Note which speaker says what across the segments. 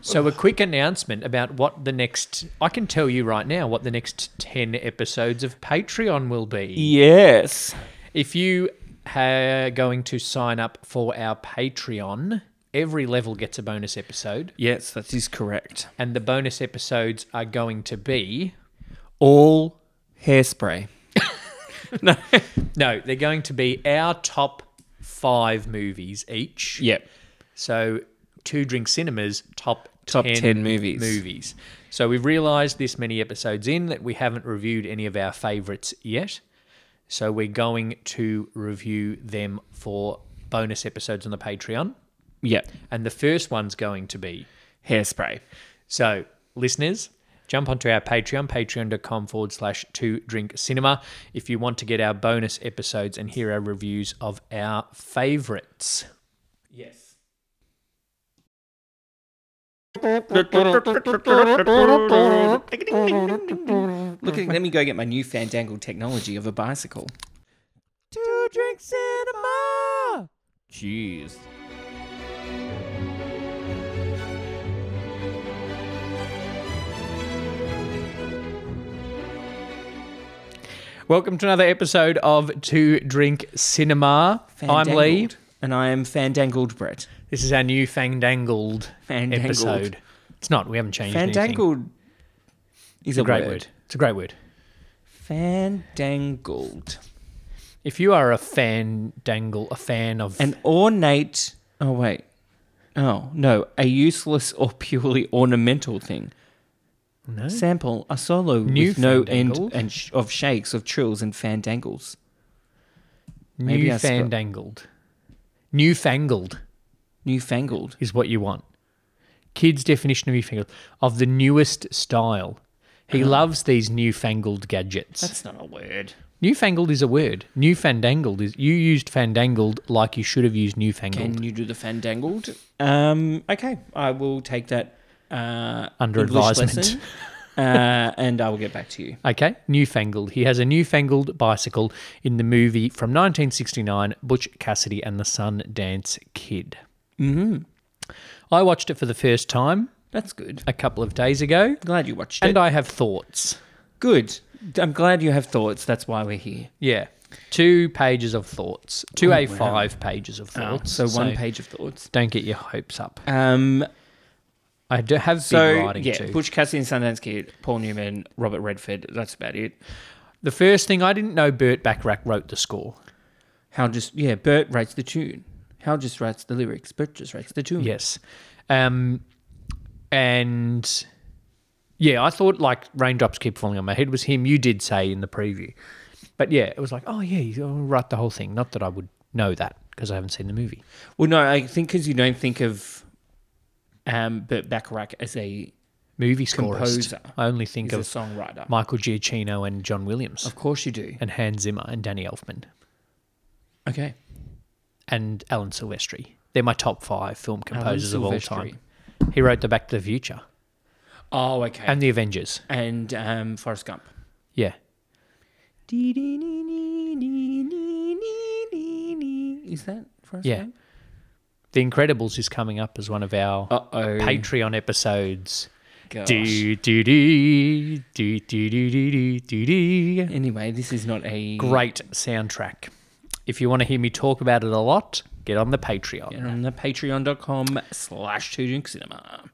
Speaker 1: So, a quick announcement about what the next. I can tell you right now what the next 10 episodes of Patreon will be.
Speaker 2: Yes.
Speaker 1: If you are going to sign up for our Patreon, every level gets a bonus episode,
Speaker 2: Yes, that is correct.
Speaker 1: and the bonus episodes are going to be all.
Speaker 2: Hairspray.
Speaker 1: No, they're going to be our top five movies each.
Speaker 2: Yep.
Speaker 1: So, Two Drink Cinemas top
Speaker 2: Top
Speaker 1: 10,
Speaker 2: 10 movies.
Speaker 1: movies. So we've realised this many episodes in that we haven't reviewed any of our favourites yet. So we're going to review them for bonus episodes on the Patreon.
Speaker 2: Yep.
Speaker 1: And the first one's going to be
Speaker 2: Hairspray.
Speaker 1: so, listeners, jump onto our Patreon, patreon.com forward slash two drink cinema, if you want to get our bonus episodes and hear our reviews of our favorites.
Speaker 2: Yes. Look, at- let me go get my new fandangled technology of a bicycle. Two drinks cinema. Jeez.
Speaker 1: Welcome to another episode of Two Drink Cinema. I'm Lee.
Speaker 2: and I am fandangled Brett.
Speaker 1: This is our new Fandangled,
Speaker 2: Fandangled.
Speaker 1: episode. It's not, we haven't changed anything.
Speaker 2: Fandangled is
Speaker 1: It's
Speaker 2: a
Speaker 1: a great word.
Speaker 2: word.
Speaker 1: It's a great word.
Speaker 2: Fandangled.
Speaker 1: If you are a Fandangle, a fan of.
Speaker 2: An ornate. Oh wait. Oh no, a useless or purely ornamental thing.
Speaker 1: no?
Speaker 2: Sample a solo
Speaker 1: New
Speaker 2: with no end
Speaker 1: fandangled?
Speaker 2: and sh- of shakes of trills and fandangles. maybe
Speaker 1: New
Speaker 2: I sp-
Speaker 1: Fandangled. Newfangled.
Speaker 2: Newfangled.
Speaker 1: is what you want. Kids' definition of newfangled of the newest style. He loves these newfangled gadgets.
Speaker 2: Uh-huh. That's not a word.
Speaker 1: newfangled is a word. Newfandangled is you used fandangled like you should have used newfangled.
Speaker 2: Can you do the fandangled? Um. Okay, I will take that uh,
Speaker 1: Under
Speaker 2: English
Speaker 1: advisement.
Speaker 2: lesson, uh, and I will get back to you.
Speaker 1: Okay, newfangled. He has a newfangled bicycle in the movie from 1969, Butch Cassidy and the Sundance Kid. Mm-hmm. I watched it for the first time
Speaker 2: That's good.
Speaker 1: a couple of days ago,
Speaker 2: Glad you watched
Speaker 1: and
Speaker 2: it.
Speaker 1: I have thoughts.
Speaker 2: good. I'm glad you have thoughts. That's why we're here.
Speaker 1: Yeah. Two pages of thoughts. Two A5 pages of thoughts.
Speaker 2: Oh, Ah, So one page of thoughts.
Speaker 1: Don't get your hopes up.
Speaker 2: Um,
Speaker 1: I do have been
Speaker 2: So
Speaker 1: writing
Speaker 2: yeah,
Speaker 1: too.
Speaker 2: Butch Cassidy and Sundance Kid, Paul Newman, Robert Redford. That's about it.
Speaker 1: The first thing I didn't know Burt Bacharach wrote the score.
Speaker 2: Hal just yeah, Bert writes the tune. Hal just writes the lyrics. Bert just writes the tune.
Speaker 1: Yes. Um and yeah, I thought like raindrops keep falling on my head was him. You did say in the preview. But yeah, it was like, oh yeah, you write the whole thing. Not that I would know that because I haven't seen the movie.
Speaker 2: Well, no, I think because you don't think of um, Bert Bacharach as a
Speaker 1: Movie scorist.
Speaker 2: Composer.
Speaker 1: I only think
Speaker 2: as a
Speaker 1: of
Speaker 2: songwriter.
Speaker 1: Michael Giacchino and John Williams
Speaker 2: of course you do.
Speaker 1: and Hans Zimmer and Danny Elfman.
Speaker 2: Okay.
Speaker 1: and Alan Silvestri. They're my top five film composers of all
Speaker 2: Silvestri.
Speaker 1: time. He wrote The Back to the Future
Speaker 2: Oh, okay. And,
Speaker 1: and The Avengers.
Speaker 2: um, Forrest Gump.
Speaker 1: Yeah.
Speaker 2: Is that Forrest
Speaker 1: Yeah.
Speaker 2: Gump?
Speaker 1: The Incredibles is coming up as one of our
Speaker 2: Uh oh.
Speaker 1: Patreon episodes.
Speaker 2: Gosh.
Speaker 1: Do, do, do, do, do, do, do, do, do, do.
Speaker 2: Anyway, this is not a
Speaker 1: Great soundtrack. If you want to hear me talk about it a lot, get on the Patreon.
Speaker 2: Get on the patreon.com slash two drink cinema.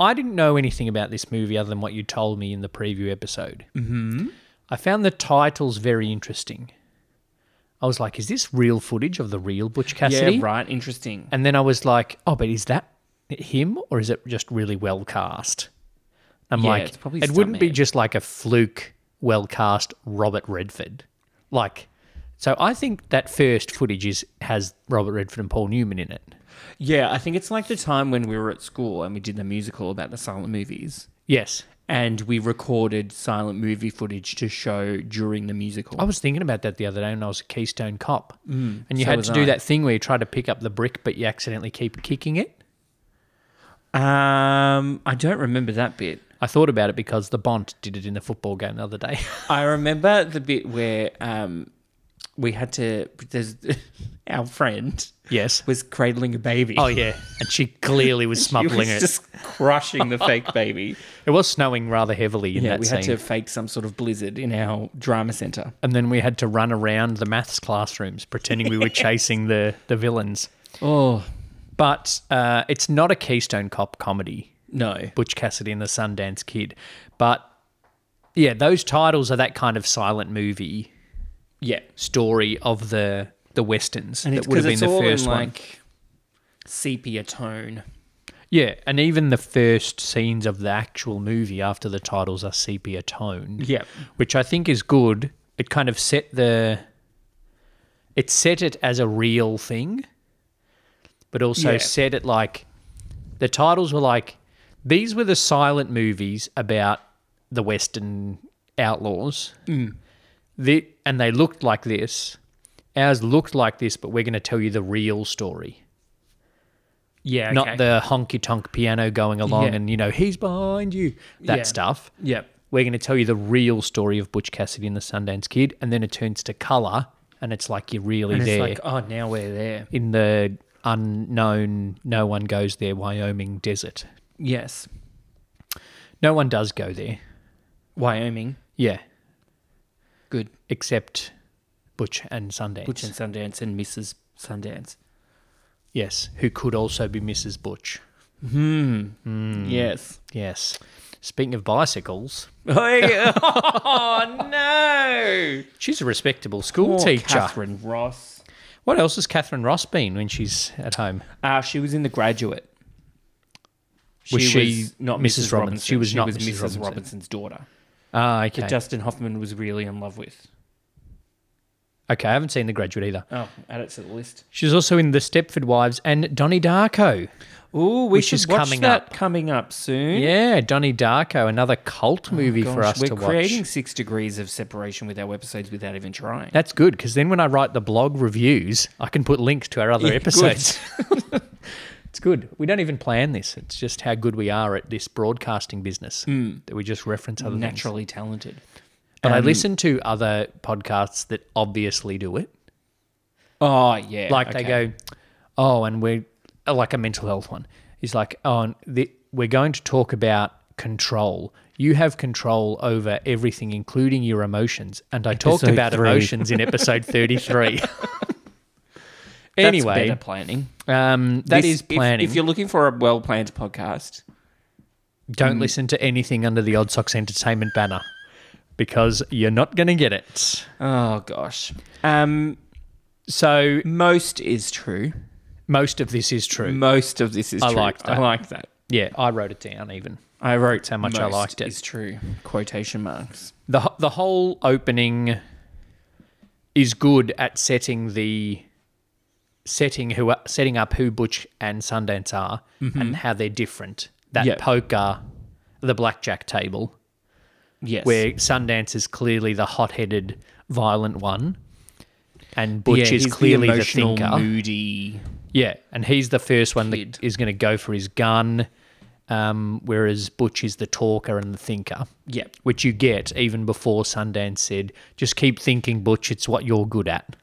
Speaker 1: I didn't know anything about this movie other than what you told me in the preview episode. Mm-hmm. I found the titles very interesting. I was like, is this real footage of the real Butch Cassidy?
Speaker 2: Yeah, right. Interesting.
Speaker 1: And then I was like, oh, but is that him or is it just really well cast? I'm
Speaker 2: Yeah,
Speaker 1: like,
Speaker 2: it's probably
Speaker 1: it wouldn't be
Speaker 2: stuntman.
Speaker 1: just like a fluke, well cast Robert Redford. Like, so I think that first footage is has Robert Redford and Paul Newman in it.
Speaker 2: Yeah, I think it's like the time when we were at school and we did the musical about the silent movies.
Speaker 1: Yes.
Speaker 2: And we recorded silent movie footage to show during the musical.
Speaker 1: I was thinking about that the other day when I was a Keystone Cop, mm, and you
Speaker 2: so
Speaker 1: had
Speaker 2: was
Speaker 1: to do
Speaker 2: I.
Speaker 1: that thing where you try to pick up the brick, but you accidentally keep kicking it.
Speaker 2: Um, I don't remember that bit.
Speaker 1: I thought about it because the Bond did it in the football game the other day.
Speaker 2: I remember the bit where um, we had to. There's our friend
Speaker 1: Yes.
Speaker 2: was cradling a baby.
Speaker 1: Oh yeah, and she clearly was
Speaker 2: He
Speaker 1: smuggling
Speaker 2: was
Speaker 1: it.
Speaker 2: just crushing the fake baby.
Speaker 1: It was snowing rather heavily in
Speaker 2: Yeah,
Speaker 1: that
Speaker 2: we
Speaker 1: scene,
Speaker 2: had to fake some sort of blizzard in our drama center.
Speaker 1: and then we had to run around the maths classrooms pretending we were chasing the the villains.
Speaker 2: Oh
Speaker 1: But uh, it's not a Keystone Cop comedy,
Speaker 2: no,
Speaker 1: Butch Cassidy and the Sundance Kid. But yeah, those titles are that kind of silent movie
Speaker 2: yeah,
Speaker 1: story of the the westerns
Speaker 2: and it's
Speaker 1: that would have
Speaker 2: because
Speaker 1: been
Speaker 2: it's
Speaker 1: the
Speaker 2: all in
Speaker 1: first one.
Speaker 2: like sepia tone.
Speaker 1: Yeah, and even the first scenes of the actual movie after the titles are sepia toned.
Speaker 2: Yeah.
Speaker 1: Which I think is good. It kind of set the it set it as a real thing, but also
Speaker 2: Yeah.
Speaker 1: set it like the titles were like these were the silent movies about the western outlaws.
Speaker 2: Mm.
Speaker 1: The, and they looked like this. Ours looked like this, but we're going to tell you the real story
Speaker 2: Yeah,
Speaker 1: not the honky tonk piano going along
Speaker 2: Yeah.
Speaker 1: and you know he's behind you that
Speaker 2: Yeah.
Speaker 1: stuff
Speaker 2: yeah.
Speaker 1: we're going to tell you the real story of butch cassidy and the sundance kid and then it turns to color and it's like you're really
Speaker 2: And it's
Speaker 1: there
Speaker 2: like, oh, now we're there.
Speaker 1: in the unknown no one goes there wyoming desert
Speaker 2: Yes,
Speaker 1: no one does go there
Speaker 2: Wyoming.
Speaker 1: yeah
Speaker 2: Good.
Speaker 1: except butch and sundance
Speaker 2: Butch and Sundance and Mrs. Sundance.
Speaker 1: yes who could also be mrs butch
Speaker 2: Hmm.
Speaker 1: Mm.
Speaker 2: Yes.
Speaker 1: yes speaking of bicycles
Speaker 2: oh no!
Speaker 1: she's a respectable school
Speaker 2: Poor
Speaker 1: teacher
Speaker 2: Catherine Ross.
Speaker 1: what else has catherine ross been when she's at home
Speaker 2: Uh, she was in The Graduate.
Speaker 1: Was she
Speaker 2: not
Speaker 1: Mrs.
Speaker 2: Mrs.
Speaker 1: Robinson?
Speaker 2: Robinson?
Speaker 1: She was not Mrs.
Speaker 2: Mrs.
Speaker 1: Robinson.
Speaker 2: Robinson's daughter.
Speaker 1: Ah, okay.
Speaker 2: That Justin Hoffman was really in love with.
Speaker 1: Okay, I haven't seen The Graduate either.
Speaker 2: Oh, add it to the list.
Speaker 1: She's also in The Stepford Wives and Donnie Darko.
Speaker 2: Ooh, we
Speaker 1: Which
Speaker 2: should
Speaker 1: is
Speaker 2: watch
Speaker 1: coming
Speaker 2: that
Speaker 1: up.
Speaker 2: coming up soon.
Speaker 1: Yeah, Donnie Darko, another cult movie for
Speaker 2: Hmm? Oh, Gosh,
Speaker 1: us
Speaker 2: we're
Speaker 1: to watch.
Speaker 2: creating six degrees of separation with our episodes without even trying.
Speaker 1: That's good because then when I write the blog reviews, I can put links to our other
Speaker 2: Yeah, good.
Speaker 1: episodes. it's good. We don't even plan this. It's just how good we are at this broadcasting business that we just reference other things.
Speaker 2: Naturally talented.
Speaker 1: But I
Speaker 2: Hmm. Um,
Speaker 1: listen to other podcasts that obviously do it.
Speaker 2: Oh yeah,
Speaker 1: like
Speaker 2: okay.
Speaker 1: they go, oh, and we're like a mental health one. He's like, oh, and the, we're going to talk about control. You have control over everything, including your emotions. And I talked
Speaker 2: Episode
Speaker 1: about
Speaker 2: three.
Speaker 1: emotions in episode 33.
Speaker 2: That's
Speaker 1: anyway,
Speaker 2: better planning.
Speaker 1: um, that
Speaker 2: This-
Speaker 1: is
Speaker 2: if-
Speaker 1: planning.
Speaker 2: If, you're looking for a well planned podcast, Mm.
Speaker 1: Don't listen to anything under the Odd Socks Entertainment banner because you're not going to get it.
Speaker 2: oh gosh, um,
Speaker 1: So
Speaker 2: most is true.
Speaker 1: most of this is true.
Speaker 2: Most of this is
Speaker 1: I
Speaker 2: true.
Speaker 1: like that.
Speaker 2: I like that.
Speaker 1: Yeah, I wrote it down even.
Speaker 2: I wrote
Speaker 1: how much I liked it.
Speaker 2: Is true quotation marks.
Speaker 1: the wh- the whole opening is good at setting the setting who are- setting up who Butch and Sundance are
Speaker 2: Mm-hmm.
Speaker 1: and how they're different. That
Speaker 2: Yep.
Speaker 1: poker, the blackjack table,
Speaker 2: Yes,
Speaker 1: where Sundance is clearly the hot-headed, violent one, and Butch
Speaker 2: Yeah, he's
Speaker 1: is clearly the,
Speaker 2: emotional,
Speaker 1: thinker.
Speaker 2: moody.
Speaker 1: Yeah, and he's the first one
Speaker 2: Kid.
Speaker 1: that is going to go for his gun, um, whereas Butch is the talker and the thinker
Speaker 2: Yep.
Speaker 1: which you get even before Sundance said, just keep thinking, Butch, it's what you're good at,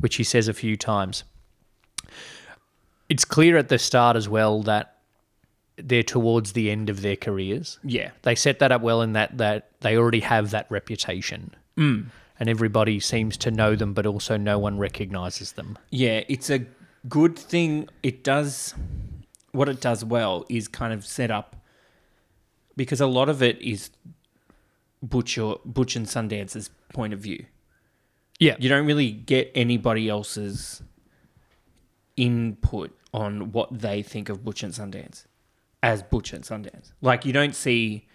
Speaker 1: which he says a few times. It's clear at the start as well that they're towards the end of their careers.
Speaker 2: Yeah.
Speaker 1: They set that up well in that, that they already have that reputation. And everybody seems to know them, but also no one recognizes them.
Speaker 2: Yeah, it's a good thing. It does what it does well is kind of set up because a lot of it is Butcher Butch and Sundance's point of view.
Speaker 1: Yeah.
Speaker 2: You don't really get anybody else's input on what they think of Butch and Sundance as Butch and Sundance. Like you don't see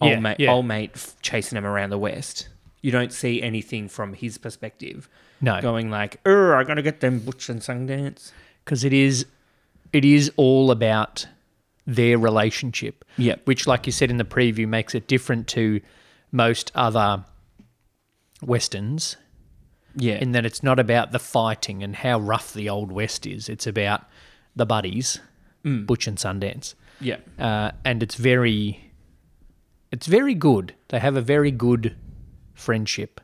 Speaker 2: old
Speaker 1: Yeah,
Speaker 2: mate
Speaker 1: yeah.
Speaker 2: old mate f- chasing him around the west. You don't see anything from his perspective
Speaker 1: No.
Speaker 2: going like, "Oh, I gotta get them Butch and Sundance."
Speaker 1: Because it is, it is all about their relationship.
Speaker 2: Yep.
Speaker 1: which, like you said in the preview, makes it different to most other westerns
Speaker 2: Yeah.
Speaker 1: in that it's not about the fighting and how rough the old west is. It's about the buddies,
Speaker 2: Mm.
Speaker 1: Butch and Sundance,
Speaker 2: yeah.
Speaker 1: uh, and it's very, it's very good. They have a very good friendship,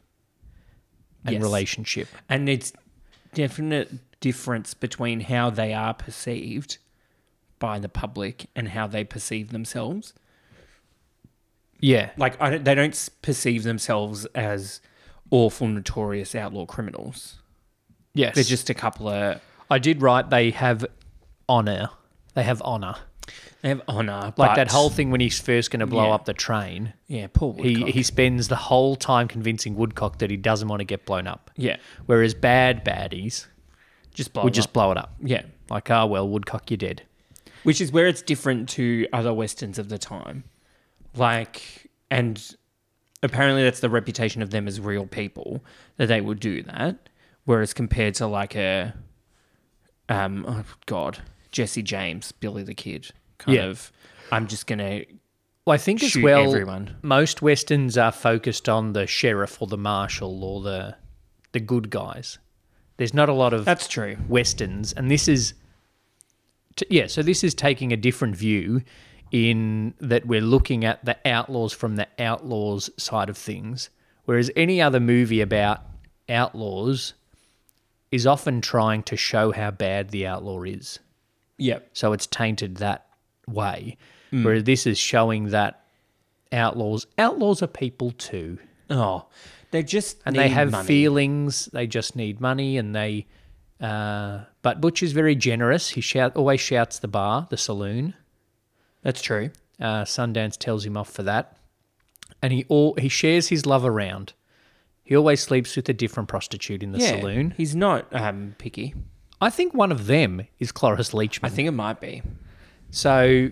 Speaker 1: and
Speaker 2: Yes.
Speaker 1: relationship.
Speaker 2: and it's definite difference between how they are perceived by the public and how they perceive themselves.
Speaker 1: Yeah.
Speaker 2: Like I don't, they don't s- perceive themselves as awful, notorious outlaw criminals.
Speaker 1: Yes.
Speaker 2: They're just a couple of
Speaker 1: I did write they have honor. They have honor.
Speaker 2: they have honor,
Speaker 1: Like
Speaker 2: but-
Speaker 1: that whole thing when he's first going to blow
Speaker 2: Yeah.
Speaker 1: up the train.
Speaker 2: yeah. Paul Woodcock.
Speaker 1: He he spends the whole time convincing Woodcock that he doesn't want to get blown up.
Speaker 2: yeah,
Speaker 1: Whereas bad baddies
Speaker 2: just blow
Speaker 1: would
Speaker 2: them
Speaker 1: just
Speaker 2: up.
Speaker 1: blow it up.
Speaker 2: yeah,
Speaker 1: Like, ah, well, Woodcock, you're dead.
Speaker 2: which is where it's different to other westerns of the time. Like, and apparently that's the reputation of them as real people that they would do that. Whereas compared to like a, um, oh God, Jesse James, Billy the Kid, kind
Speaker 1: Yeah.
Speaker 2: of, I'm just gonna
Speaker 1: Well, I think as
Speaker 2: shoot
Speaker 1: well,
Speaker 2: everyone.
Speaker 1: most westerns are focused on the sheriff or the marshal or the the good guys. There's not a lot of
Speaker 2: That's true.
Speaker 1: westerns, and this is t- yeah. So this is taking a different view in that we're looking at the outlaws from the outlaws side of things, whereas any other movie about outlaws is often trying to show how bad the outlaw is
Speaker 2: Yep.
Speaker 1: so it's tainted that way. Whereas this is showing that outlaws outlaws are people too,
Speaker 2: Oh, they just
Speaker 1: and
Speaker 2: need
Speaker 1: they have
Speaker 2: money.
Speaker 1: feelings. They just need money, and they. Uh, but Butch is very generous. He shout always shouts the bar, the saloon.
Speaker 2: That's true.
Speaker 1: Uh, Sundance tells him off for that, and he all he shares his love around. He always sleeps with a different prostitute in the
Speaker 2: yeah.
Speaker 1: saloon.
Speaker 2: He's not um picky.
Speaker 1: I think one of them is Cloris Leachman.
Speaker 2: I think it might be.
Speaker 1: So,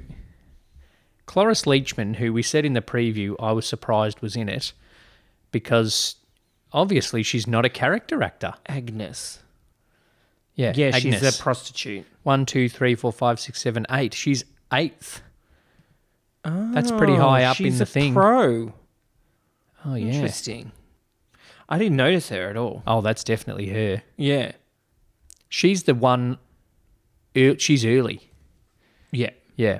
Speaker 1: Cloris Leachman, who we said in the preview, I was surprised was in it because obviously she's not a character actor.
Speaker 2: Agnes.
Speaker 1: Yeah,
Speaker 2: Yeah,
Speaker 1: Agnes.
Speaker 2: she's a prostitute.
Speaker 1: one, two, three, four, five, six, seven, eight. She's eighth. That's pretty high
Speaker 2: Oh,
Speaker 1: up in
Speaker 2: she's
Speaker 1: the
Speaker 2: a
Speaker 1: thing.
Speaker 2: Pro.
Speaker 1: Oh yeah.
Speaker 2: Interesting. I didn't notice her at all.
Speaker 1: Oh, that's definitely her.
Speaker 2: Yeah.
Speaker 1: She's the one. ear- She's early.
Speaker 2: Yeah.
Speaker 1: Yeah,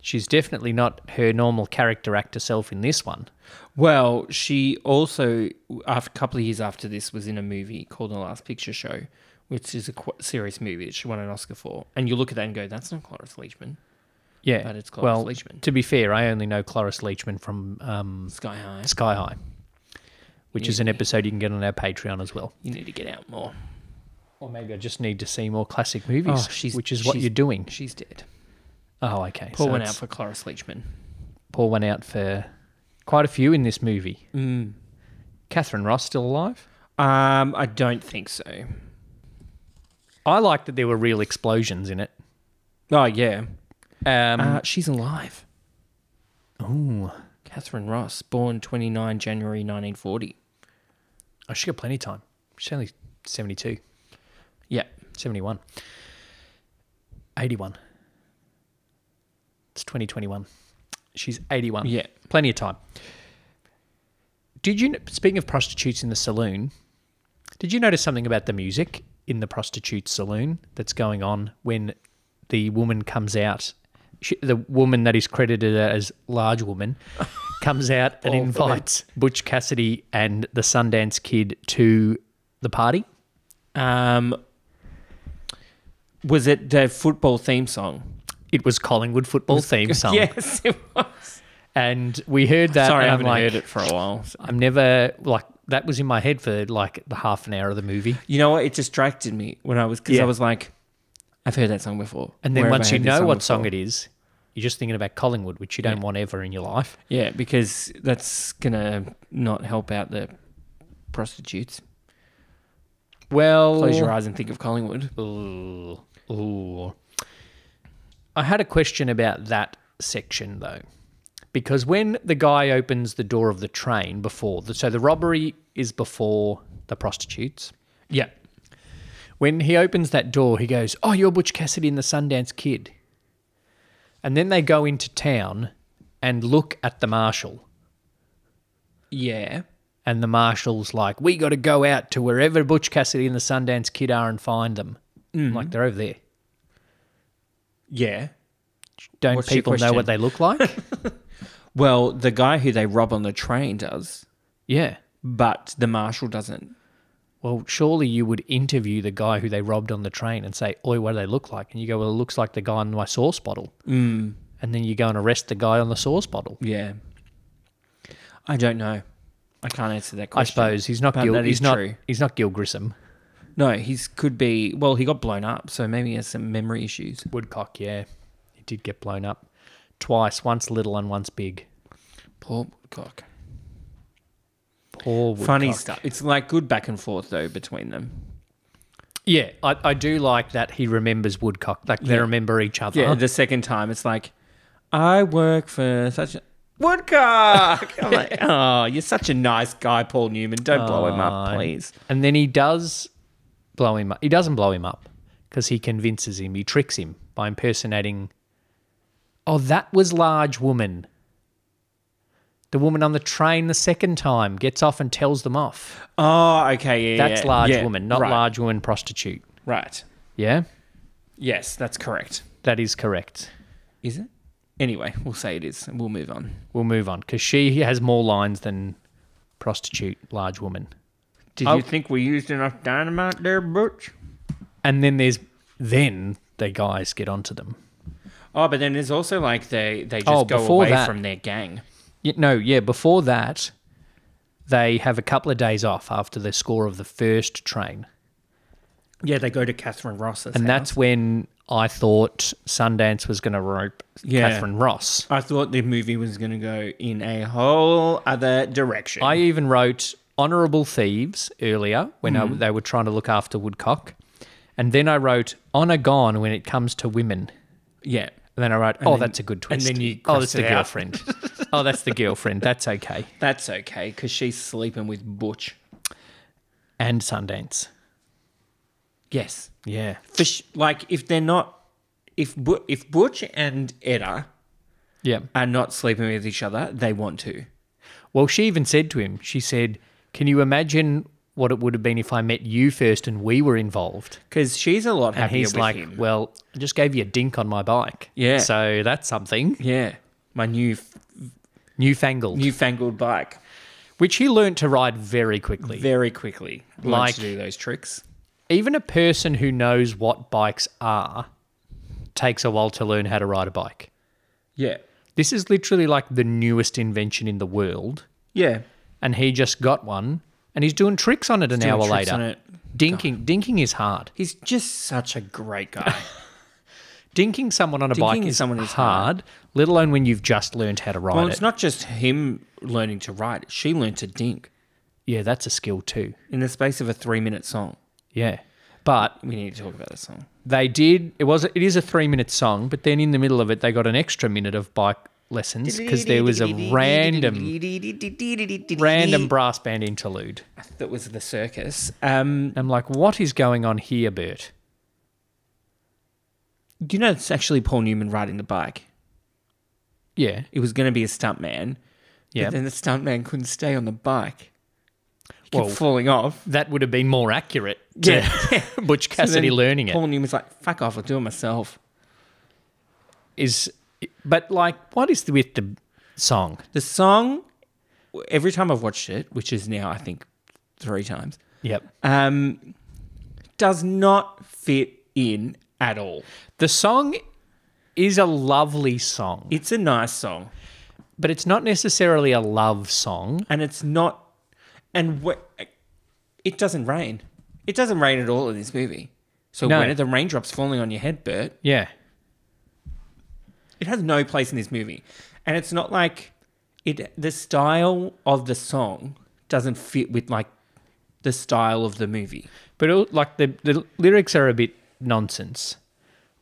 Speaker 1: she's definitely not her normal character actor self in this one.
Speaker 2: Well, she also, after a couple of years after this, was in a movie called The Last Picture Show, which is a qu- serious movie that she won an Oscar for. And you look at that and go, that's not Cloris Leachman.
Speaker 1: Yeah,
Speaker 2: But it's Cloris
Speaker 1: well,
Speaker 2: Leachman.
Speaker 1: To be fair, I only know Cloris Leachman from um,
Speaker 2: Sky High.
Speaker 1: Sky High, which is an episode you can get on our Patreon as well.
Speaker 2: You need to get out more.
Speaker 1: Or maybe I just need to see more classic movies,
Speaker 2: Oh, she's-
Speaker 1: which is what
Speaker 2: she's-
Speaker 1: you're doing.
Speaker 2: She's dead.
Speaker 1: Oh, okay.
Speaker 2: Pour one out
Speaker 1: it's-
Speaker 2: for Cloris Leachman.
Speaker 1: Pour one out for quite a few in this movie.
Speaker 2: Mm.
Speaker 1: Catherine Ross still alive?
Speaker 2: Um, I don't think so.
Speaker 1: I like that there were real explosions in it.
Speaker 2: Oh, yeah.
Speaker 1: Um,
Speaker 2: Uh, she's alive.
Speaker 1: oh,
Speaker 2: Catherine Ross, born 29 January 1940.
Speaker 1: oh, she got plenty of time. She's only 72,
Speaker 2: Yeah.
Speaker 1: 71, 81. It's 2021. She's 81.
Speaker 2: Yeah.
Speaker 1: plenty of time. Did you speaking of prostitutes in the saloon? Did you notice something about the music in the prostitute saloon that's going on when the woman comes out? She, the woman that is credited as large woman comes out and
Speaker 2: Poor
Speaker 1: invites Butch Cassidy and the Sundance Kid to the party.
Speaker 2: Um, was it the football theme song?
Speaker 1: It was Collingwood football theme song,
Speaker 2: Yes, it was.
Speaker 1: and we heard that.
Speaker 2: Sorry,
Speaker 1: and
Speaker 2: I
Speaker 1: I'm
Speaker 2: haven't
Speaker 1: like,
Speaker 2: heard it for a while.
Speaker 1: I'm never like that was in my head for like the half an hour of the movie.
Speaker 2: You know what? It distracted me when I was because
Speaker 1: Yeah.
Speaker 2: I was like, I've heard that song before.
Speaker 1: And then
Speaker 2: Where have
Speaker 1: once
Speaker 2: I
Speaker 1: you
Speaker 2: heard this
Speaker 1: know what
Speaker 2: before?
Speaker 1: song it is, you're just thinking about Collingwood, which you don't want ever in your life.
Speaker 2: yeah, because that's gonna not help out the prostitutes.
Speaker 1: Well,
Speaker 2: Close your eyes and think of Collingwood.
Speaker 1: Ooh, ooh. I had a question about that section though, because when the guy opens the door of the train before, the, so the robbery is before the prostitutes.
Speaker 2: Yeah,
Speaker 1: When he opens that door, he goes, "Oh, you're Butch Cassidy and the Sundance Kid." And then they go into town and look at the marshal.
Speaker 2: yeah.
Speaker 1: And the marshal's like, we got to go out to wherever Butch Cassidy and the Sundance Kid are and find them. I'm
Speaker 2: Mm-hmm.
Speaker 1: Like, they're over there.
Speaker 2: Yeah.
Speaker 1: Don't
Speaker 2: What's your
Speaker 1: people know what
Speaker 2: question?
Speaker 1: they look like?
Speaker 2: Well, the guy who they rob on the train does,
Speaker 1: yeah.
Speaker 2: but the marshal doesn't.
Speaker 1: well, surely you would interview the guy who they robbed on the train and say, Oi, what do they look like? And you go, Well, it looks like the guy on my sauce bottle.
Speaker 2: Mm,
Speaker 1: And then you go and arrest the guy on the sauce bottle.
Speaker 2: yeah. I don't know. I can't answer that
Speaker 1: I
Speaker 2: question.
Speaker 1: suppose he's not
Speaker 2: But
Speaker 1: Gil,
Speaker 2: that is
Speaker 1: he's not
Speaker 2: true.
Speaker 1: he's not Gil Grissom.
Speaker 2: No, he's could be. Well, he got blown up, so maybe he has some memory issues.
Speaker 1: Woodcock, yeah. He did get blown up twice, once little and once big.
Speaker 2: Poor Woodcock.
Speaker 1: Poor Woodcock.
Speaker 2: Funny stuff. It's like good back and forth though between them.
Speaker 1: Yeah, I, I do like that he remembers Woodcock. Like they
Speaker 2: Yeah.
Speaker 1: remember each other.
Speaker 2: Yeah. Uh, The second time, it's like, I work for such a Woodcock. I'm like, oh, you're such a nice guy, Paul Newman. Don't blow him up,
Speaker 1: Oh,
Speaker 2: please.
Speaker 1: And then he does blow him up. He doesn't blow him up because he convinces him, he tricks him by impersonating. Oh, that was large woman. The woman on the train the second time gets off and tells them off.
Speaker 2: Oh, okay. Yeah.
Speaker 1: That's
Speaker 2: yeah,
Speaker 1: large
Speaker 2: yeah,
Speaker 1: woman, not
Speaker 2: right,
Speaker 1: large woman prostitute.
Speaker 2: Right.
Speaker 1: Yeah,
Speaker 2: Yes, that's correct.
Speaker 1: that is correct.
Speaker 2: Is it? Anyway, we'll say it is, and we'll move on.
Speaker 1: We'll move on because she has more lines than prostitute, large woman.
Speaker 2: Did
Speaker 1: Oh.
Speaker 2: you think we used enough dynamite there, Butch?
Speaker 1: And then there's then the guys get onto them.
Speaker 2: Oh, but then there's also like they they just
Speaker 1: Oh,
Speaker 2: go
Speaker 1: before
Speaker 2: away
Speaker 1: that-
Speaker 2: from their gang.
Speaker 1: Yeah, no, yeah, before that, they have a couple of days off after the score of the first train.
Speaker 2: Yeah, they go to Catherine Ross's.
Speaker 1: And that's when I thought Sundance was going to rope
Speaker 2: Yeah.
Speaker 1: Catherine Ross.
Speaker 2: I thought the movie was going to go in a whole other direction.
Speaker 1: I even wrote Honourable Thieves earlier when I, they were trying to look after Woodcock. And then I wrote Honour Gone when it comes to women.
Speaker 2: yeah.
Speaker 1: And then I wrote, oh,
Speaker 2: then-
Speaker 1: that's a good
Speaker 2: and
Speaker 1: twist.
Speaker 2: then you
Speaker 1: oh,
Speaker 2: crossed
Speaker 1: that's
Speaker 2: it
Speaker 1: the
Speaker 2: out.
Speaker 1: girlfriend. oh, that's the girlfriend. That's okay.
Speaker 2: That's okay because she's sleeping with Butch.
Speaker 1: And Sundance.
Speaker 2: Yes.
Speaker 1: Yeah.
Speaker 2: For sh- like if they're not, if Bu- if Butch and Edda
Speaker 1: Yeah.
Speaker 2: are not sleeping with each other, they want to.
Speaker 1: Well, she even said to him, she said, Can you imagine what it would have been if I met you first and we were involved?
Speaker 2: Because she's a lot
Speaker 1: And
Speaker 2: happier
Speaker 1: he's
Speaker 2: with
Speaker 1: like,
Speaker 2: him.
Speaker 1: Well, I just gave you a dink on my bike.
Speaker 2: Yeah.
Speaker 1: So that's something
Speaker 2: Yeah, my new
Speaker 1: newfangled,
Speaker 2: newfangled bike.
Speaker 1: which he learnt to ride very quickly.
Speaker 2: Very quickly, learned
Speaker 1: Like-
Speaker 2: to do those tricks.
Speaker 1: even a person who knows what bikes are takes a while to learn how to ride a bike.
Speaker 2: Yeah,
Speaker 1: This is literally like the newest invention in the world.
Speaker 2: yeah.
Speaker 1: And he just got one and he's doing tricks on it an
Speaker 2: doing
Speaker 1: hour
Speaker 2: tricks
Speaker 1: later.
Speaker 2: on it.
Speaker 1: Dinking, dinking is hard.
Speaker 2: He's just such a great guy.
Speaker 1: Dinking someone on a bike
Speaker 2: Dinking
Speaker 1: is,
Speaker 2: someone
Speaker 1: someone
Speaker 2: is
Speaker 1: hard, let alone when you've just learned how to ride
Speaker 2: well,
Speaker 1: it.
Speaker 2: it's not just him learning to ride; she learned to dink
Speaker 1: yeah, that's a skill too.
Speaker 2: in the space of a three-minute song.
Speaker 1: Yeah. But
Speaker 2: We need to talk about the song.
Speaker 1: they did it was it is a 3 minute song, but then in the middle of it they got an extra minute of bike lessons because there was a random random brass band interlude.
Speaker 2: that was the circus. Um,
Speaker 1: I'm like, "What is going on here, Bert?"
Speaker 2: do you know it's actually Paul Newman riding the bike?
Speaker 1: Yeah.
Speaker 2: It was going to be a stuntman.
Speaker 1: Yeah.
Speaker 2: But then the stuntman couldn't stay on the bike. He kept
Speaker 1: Well,
Speaker 2: falling off.
Speaker 1: That would have been more accurate to Butch Cassidy
Speaker 2: Then
Speaker 1: learning it.
Speaker 2: Paul Newman's like, fuck off, I'll do it myself.
Speaker 1: Is but like what is with the song?
Speaker 2: The song, every time I've watched it, which is now, I think, three times,
Speaker 1: Yep.
Speaker 2: um, does not fit in at all.
Speaker 1: The song is a lovely song,
Speaker 2: It's a nice song,
Speaker 1: but it's not necessarily a love song.
Speaker 2: and it's not, and wh- it doesn't rain. It doesn't rain at all in this movie. So
Speaker 1: No.
Speaker 2: when are the raindrops falling on your head, Bert?
Speaker 1: Yeah.
Speaker 2: It has no place in this movie, and it's not like it. The style of the song doesn't fit with like the style of the movie.
Speaker 1: But it, like the, the lyrics are a bit nonsense.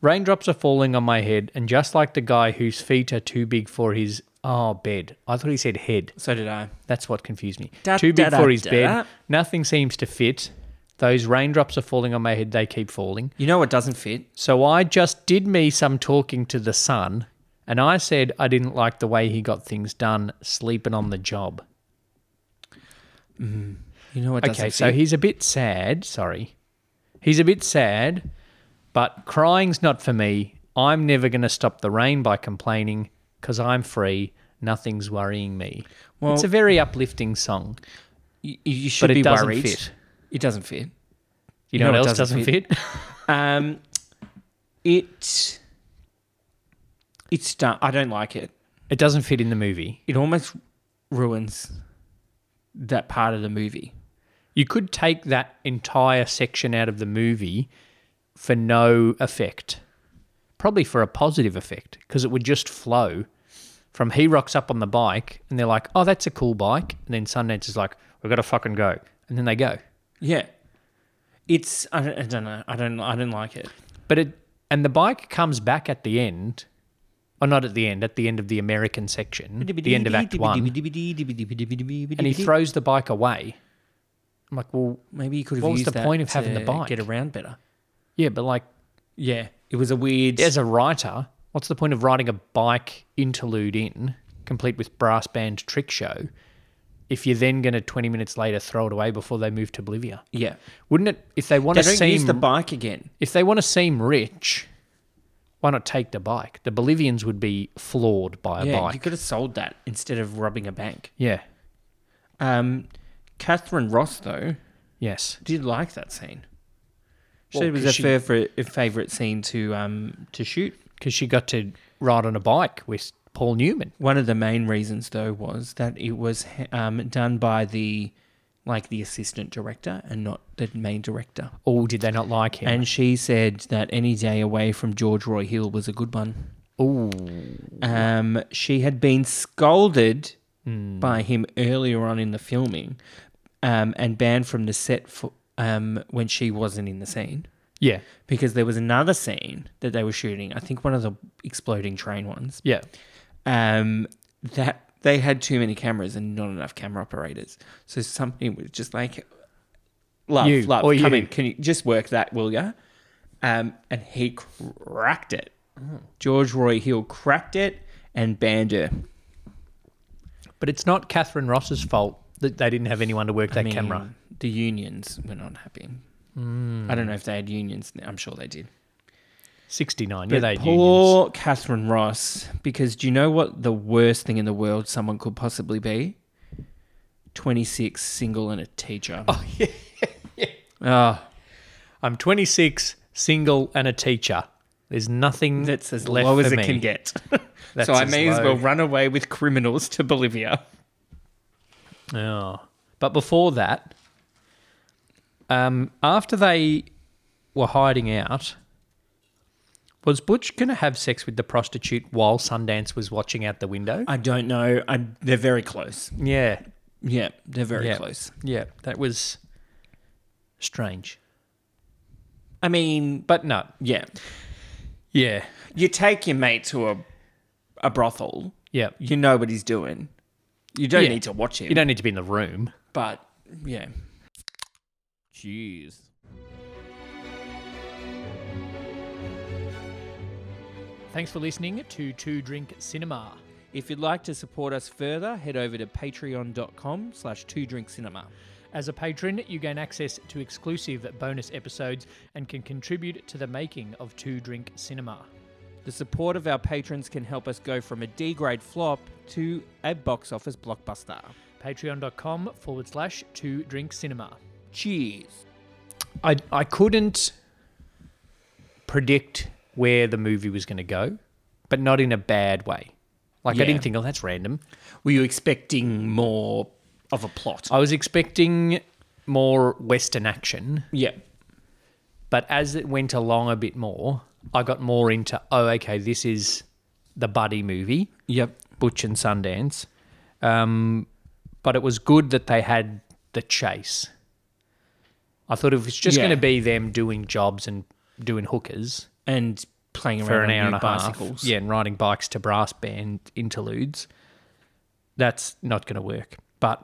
Speaker 1: Raindrops are falling on my head, and just like the guy whose feet are too big for his oh bed. I thought he said head.
Speaker 2: So did I.
Speaker 1: That's what confused me.
Speaker 2: Da,
Speaker 1: too big
Speaker 2: da, da,
Speaker 1: for his
Speaker 2: da.
Speaker 1: bed. Nothing seems to fit. Those raindrops are falling on my head, they keep falling.
Speaker 2: You know what doesn't fit?
Speaker 1: So I just did me some talking to the sun, and I said I didn't like the way he got things done, sleeping on the job.
Speaker 2: You know what doesn't
Speaker 1: Okay,
Speaker 2: fit?
Speaker 1: so he's a bit sad. Sorry. He's a bit sad, but crying's not for me. I'm never going to stop the rain by complaining because I'm free. Nothing's worrying me.
Speaker 2: Well-
Speaker 1: it's a very uplifting song,
Speaker 2: you, you should
Speaker 1: but
Speaker 2: be
Speaker 1: it doesn't
Speaker 2: worried.
Speaker 1: fit.
Speaker 2: It doesn't fit.
Speaker 1: You know
Speaker 2: No,
Speaker 1: what
Speaker 2: it
Speaker 1: else
Speaker 2: doesn't
Speaker 1: doesn't, fit?
Speaker 2: Um, it it's done. I don't like it.
Speaker 1: It doesn't fit in the movie.
Speaker 2: It almost ruins that part of the movie.
Speaker 1: You could take that entire section out of the movie for no effect. Probably for a positive effect because it would just flow from he rocks up on the bike and they're like, oh, that's a cool bike. And then Sundance is like, we've got to fucking go. And then they go.
Speaker 2: Yeah, it's I don't, I don't know. I don't I don't like it.
Speaker 1: But it, and the bike comes back at the end, or not at the end, at the end of the American section, the end of Act One, and
Speaker 2: and
Speaker 1: he throws the bike away. I'm like, well,
Speaker 2: Maybe he could have
Speaker 1: What was
Speaker 2: used
Speaker 1: the
Speaker 2: that
Speaker 1: point of having
Speaker 2: to
Speaker 1: the bike?
Speaker 2: Get around better.
Speaker 1: yeah, but like,
Speaker 2: Yeah, it was a weird.
Speaker 1: as a writer, what's the point of writing a bike interlude in, complete with brass band trick show, if you're then going to 20 minutes later throw it away before they move to Bolivia?
Speaker 2: Yeah,
Speaker 1: Wouldn't it, if they want
Speaker 2: they
Speaker 1: to
Speaker 2: don't use
Speaker 1: seem,
Speaker 2: the bike again.
Speaker 1: if they want to seem rich, why not take the bike? The Bolivians would be floored by a
Speaker 2: yeah, you
Speaker 1: bike.
Speaker 2: could have sold that instead of robbing a bank.
Speaker 1: yeah.
Speaker 2: Um, Catherine Ross though
Speaker 1: Yes.
Speaker 2: did like that scene. She
Speaker 1: Well,
Speaker 2: said it was
Speaker 1: 'cause
Speaker 2: her
Speaker 1: she-
Speaker 2: favorite favorite scene to um to shoot.
Speaker 1: Because she got to ride on a bike with Paul Newman.
Speaker 2: One of the main reasons though was that it was um done by the like the assistant director and not the main director.
Speaker 1: Oh, did they not like him?
Speaker 2: And she said that any day away from George Roy Hill was a good one.
Speaker 1: Ooh.
Speaker 2: Um, she had been scolded by him earlier on in the filming, um, and banned from the set for um when she wasn't in the scene
Speaker 1: Yeah.
Speaker 2: because there was another scene that they were shooting. I think one of the exploding train ones.
Speaker 1: Yeah.
Speaker 2: Um, that they had too many cameras and not enough camera operators, so somebody was just like, "Love,
Speaker 1: You,
Speaker 2: love,
Speaker 1: or
Speaker 2: come
Speaker 1: you."
Speaker 2: in. Can you just work that, will ya?" Um, and he cracked it. George Roy Hill cracked it and banned her.
Speaker 1: But it's not Catherine Ross's fault that they didn't have anyone to work that
Speaker 2: I mean,
Speaker 1: camera. Hmm.
Speaker 2: The unions were not happy. I don't know if they had unions. I'm sure they did.
Speaker 1: 69. yeah,
Speaker 2: But
Speaker 1: they had unions.
Speaker 2: poor Catherine Ross, because do you know what the worst thing in the world someone could possibly be? 26, single, and a teacher. Ah, Oh, yeah.
Speaker 1: I'm 26, single, and a teacher. There's nothing
Speaker 2: that's as
Speaker 1: left
Speaker 2: low as
Speaker 1: for
Speaker 2: it
Speaker 1: me.
Speaker 2: can get.
Speaker 1: That's
Speaker 2: so I
Speaker 1: as
Speaker 2: may as
Speaker 1: low.
Speaker 2: well run away with criminals to Bolivia.
Speaker 1: Oh. But before that, um, after they were hiding out, was Butch going to have sex with the prostitute while Sundance was watching out the window?
Speaker 2: I don't know. I'm, they're very close.
Speaker 1: yeah.
Speaker 2: Yeah, they're very
Speaker 1: Yeah.
Speaker 2: close.
Speaker 1: Yeah. That was strange.
Speaker 2: I mean,
Speaker 1: But no.
Speaker 2: yeah.
Speaker 1: Yeah.
Speaker 2: You take your mate to a, a brothel.
Speaker 1: Yeah.
Speaker 2: you know what he's doing. You don't
Speaker 1: Yeah.
Speaker 2: need to watch him.
Speaker 1: You don't need to be in the room.
Speaker 2: but yeah. Jeez.
Speaker 1: Thanks for listening to Two Drink Cinema.
Speaker 2: If you'd like to support us further, head over to patreon.com slash two drink cinema.
Speaker 1: As a patron, you gain access to exclusive bonus episodes and can contribute to the making of Two Drink Cinema.
Speaker 2: The support of our patrons can help us go from a D grade flop to a box office blockbuster.
Speaker 1: Patreon.com forward slash Two Drink Cinema.
Speaker 2: Cheers.
Speaker 1: I, I couldn't predict where the movie was going to go, but not in a bad way. Like,
Speaker 2: Yeah.
Speaker 1: I didn't think, oh, that's random.
Speaker 2: Were you expecting more of a plot?
Speaker 1: I was expecting more Western action.
Speaker 2: yeah.
Speaker 1: But as it went along a bit more, I got more into oh, okay, this is the buddy movie,
Speaker 2: Yep.
Speaker 1: Butch and Sundance. Um, but it was good that they had the chase. I thought if it's just
Speaker 2: Yeah.
Speaker 1: going to be them doing jobs and doing hookers
Speaker 2: And playing around
Speaker 1: for
Speaker 2: on
Speaker 1: an hour
Speaker 2: new
Speaker 1: and a half,
Speaker 2: bicycles.
Speaker 1: yeah, and riding bikes to brass band interludes, that's not going to work. But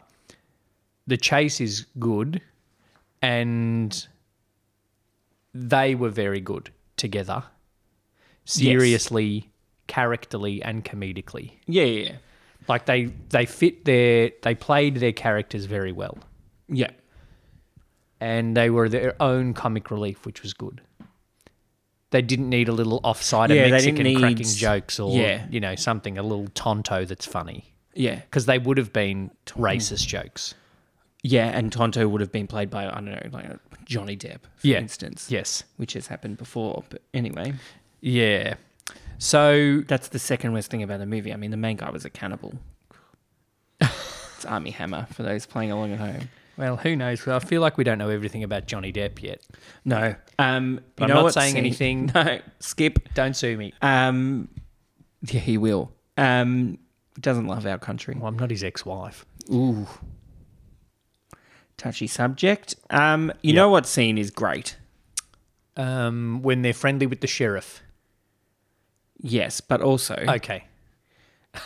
Speaker 1: the chase is good, and they were very good together, seriously, characterly, and comedically.
Speaker 2: Yeah, yeah, yeah.
Speaker 1: Like they they fit their they played their characters very well,
Speaker 2: Yeah.
Speaker 1: and they were their own comic relief, which was good. They didn't need a little offside
Speaker 2: Yeah,
Speaker 1: of
Speaker 2: they didn't
Speaker 1: Mexican
Speaker 2: need-
Speaker 1: cracking jokes or
Speaker 2: yeah.
Speaker 1: you know something a little tonto that's funny
Speaker 2: Yeah.
Speaker 1: because they would have been racist jokes.
Speaker 2: yeah, and Tonto would have been played by I don't know, like uh, Johnny Depp, for
Speaker 1: Yeah.
Speaker 2: instance,
Speaker 1: Yes.
Speaker 2: which has happened before. But anyway,
Speaker 1: Yeah. So
Speaker 2: that's the second worst thing about the movie. I mean, the main guy was a cannibal. it's Army Hammer for those playing along at home.
Speaker 1: well, who knows? I feel like we don't know everything about Johnny Depp yet.
Speaker 2: No, um,
Speaker 1: But
Speaker 2: you
Speaker 1: I'm
Speaker 2: know
Speaker 1: not
Speaker 2: what
Speaker 1: saying
Speaker 2: scene-
Speaker 1: anything.
Speaker 2: No, skip.
Speaker 1: Don't sue me.
Speaker 2: Um, yeah, he will. Um, doesn't love our country.
Speaker 1: Well, I'm not his ex-wife.
Speaker 2: Ooh, touchy subject. Um, you know what scene is great?
Speaker 1: Um, when they're friendly with the sheriff.
Speaker 2: Yes, but also
Speaker 1: Okay.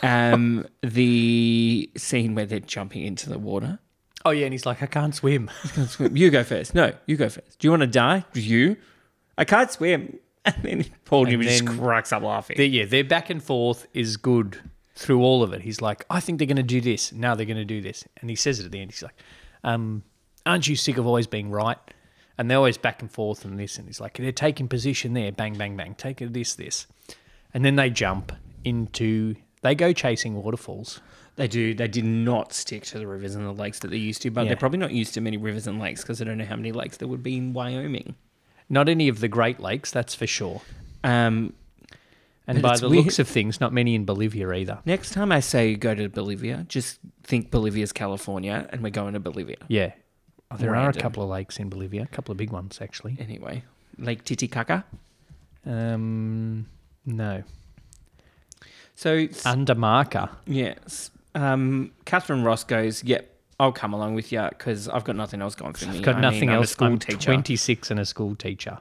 Speaker 2: um, the scene where they're jumping into the water.
Speaker 1: Oh yeah, and he's like, I can't swim.
Speaker 2: Can't swim. You go first. No, you go first. Do you want to die? You? I can't swim. And then Paul Newman just
Speaker 1: then-
Speaker 2: cracks up laughing.
Speaker 1: Their- yeah, their back and forth is good through all of it. He's like, I think they're going to do this. Now they're going to do this. And he says it at the end. He's like, um, Aren't you sick of always being right? And they're always back and forth and this. And he's like, They're taking position there. Bang, bang, bang. Take it this, this. And then they jump into, they go chasing waterfalls.
Speaker 2: They do. They did not stick to the rivers and the lakes that they used to, but
Speaker 1: Yeah.
Speaker 2: they're probably not used to many rivers and lakes because I don't know how many lakes there would be in Wyoming.
Speaker 1: Not any of the Great Lakes, that's for sure.
Speaker 2: Um,
Speaker 1: And
Speaker 2: But
Speaker 1: by
Speaker 2: it's
Speaker 1: the
Speaker 2: weird-
Speaker 1: looks of things, not many in Bolivia either.
Speaker 2: next time I say go to Bolivia, just think Bolivia's California and we're going to Bolivia.
Speaker 1: Yeah. there are
Speaker 2: Random.
Speaker 1: a couple of lakes in Bolivia, a couple of big ones, actually.
Speaker 2: Anyway, Lake Titicaca.
Speaker 1: Um, no.
Speaker 2: So, s-
Speaker 1: Under marker.
Speaker 2: yes. Um, Catherine Ross goes, yep, I'll come along with you because I've got nothing else going for me.
Speaker 1: I've got
Speaker 2: I mean,
Speaker 1: nothing
Speaker 2: I'm a
Speaker 1: else.
Speaker 2: school
Speaker 1: I'm
Speaker 2: teacher.
Speaker 1: 26 and a school teacher.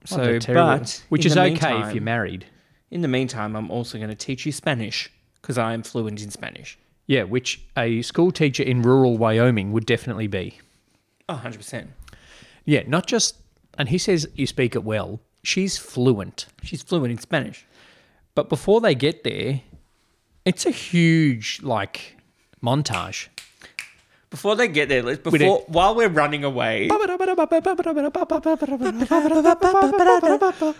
Speaker 1: What
Speaker 2: So,
Speaker 1: a terrible-
Speaker 2: but
Speaker 1: which
Speaker 2: in
Speaker 1: is
Speaker 2: the
Speaker 1: okay if
Speaker 2: meantime-
Speaker 1: you're married.
Speaker 2: In the meantime, I'm also going to teach you Spanish because I am fluent in Spanish.
Speaker 1: Yeah, which a school teacher in rural Wyoming would definitely be.
Speaker 2: Oh, 100%.
Speaker 1: Yeah, not just. And he says you speak it well. She's fluent.
Speaker 2: She's fluent in Spanish.
Speaker 1: But before they get there, it's a huge like montage.
Speaker 2: Before they get there, let's
Speaker 1: We
Speaker 2: before while we're running away, w-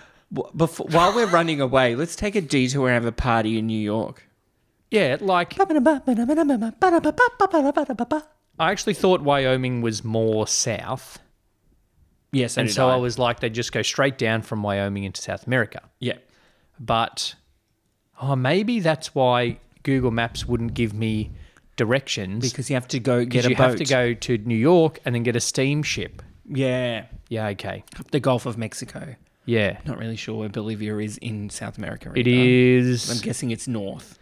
Speaker 2: before, while we're running away, let's take a detour and have a party in New York.
Speaker 1: Yeah, like I actually thought Wyoming was more south.
Speaker 2: Yes,
Speaker 1: and so I was like, they just go straight down from Wyoming into South America.
Speaker 2: yeah.
Speaker 1: But oh, maybe that's why Google Maps wouldn't give me directions
Speaker 2: Because you have to go get
Speaker 1: because
Speaker 2: a
Speaker 1: you
Speaker 2: boat.
Speaker 1: have to go to New York and then get a steamship.
Speaker 2: Yeah,
Speaker 1: Yeah, okay,
Speaker 2: up the Gulf of Mexico.
Speaker 1: yeah,
Speaker 2: Not really sure where Bolivia is in South America.
Speaker 1: it
Speaker 2: either. I'm
Speaker 1: is.
Speaker 2: guessing it's north.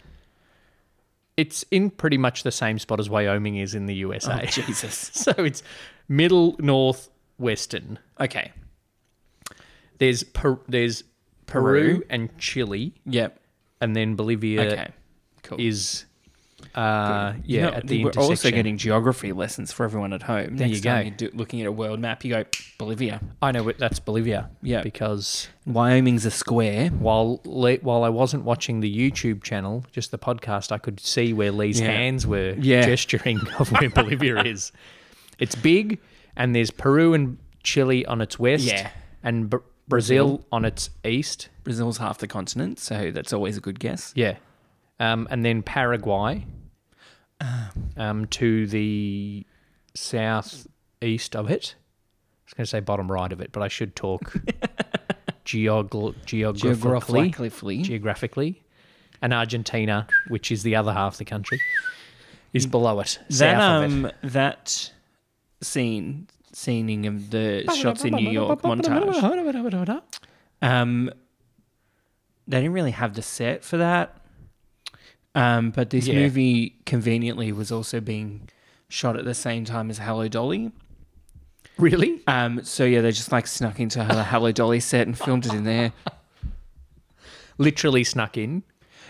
Speaker 1: It's in pretty much the same spot as Wyoming is in the USA.
Speaker 2: Oh, Jesus.
Speaker 1: so it's middle north western.
Speaker 2: Okay.
Speaker 1: There's per- there's Peru, and Chile,
Speaker 2: Yep.
Speaker 1: and then Bolivia
Speaker 2: Okay. Cool.
Speaker 1: is. Uh, yeah,
Speaker 2: You know,
Speaker 1: at the
Speaker 2: we're
Speaker 1: intersection.
Speaker 2: also getting geography lessons for everyone at home.
Speaker 1: There
Speaker 2: Next
Speaker 1: you
Speaker 2: time
Speaker 1: go.
Speaker 2: you're do, looking at a world map, you go Bolivia.
Speaker 1: I know it- that's Bolivia.
Speaker 2: Yeah.
Speaker 1: Because
Speaker 2: Wyoming's a square.
Speaker 1: while Le- while I wasn't watching the YouTube channel, just the podcast, I could see where Lee's
Speaker 2: Yeah.
Speaker 1: hands were
Speaker 2: Yeah.
Speaker 1: gesturing of where Bolivia is. It's big, and there's Peru and Chile on its west,
Speaker 2: Yeah.
Speaker 1: and Br- Brazil on its east,
Speaker 2: Brazil's half the continent, so that's always a good guess.
Speaker 1: yeah, um, and then Paraguay
Speaker 2: Uh.
Speaker 1: um, to the southeast of it. I was going to say bottom right of it, but I should talk geog- geographically.
Speaker 2: Geographically.
Speaker 1: geographically, and Argentina, which is the other half of the country, is below it,
Speaker 2: That
Speaker 1: south of it.
Speaker 2: Mm. um that scene scening of the shots in New York montage. Um they didn't really have the set for that. Um but this
Speaker 1: Yeah.
Speaker 2: movie conveniently was also being shot at the same time as Hello Dolly.
Speaker 1: Really?
Speaker 2: Um so yeah, they just like snuck into the Hello Dolly set and filmed it in there.
Speaker 1: Literally snuck in.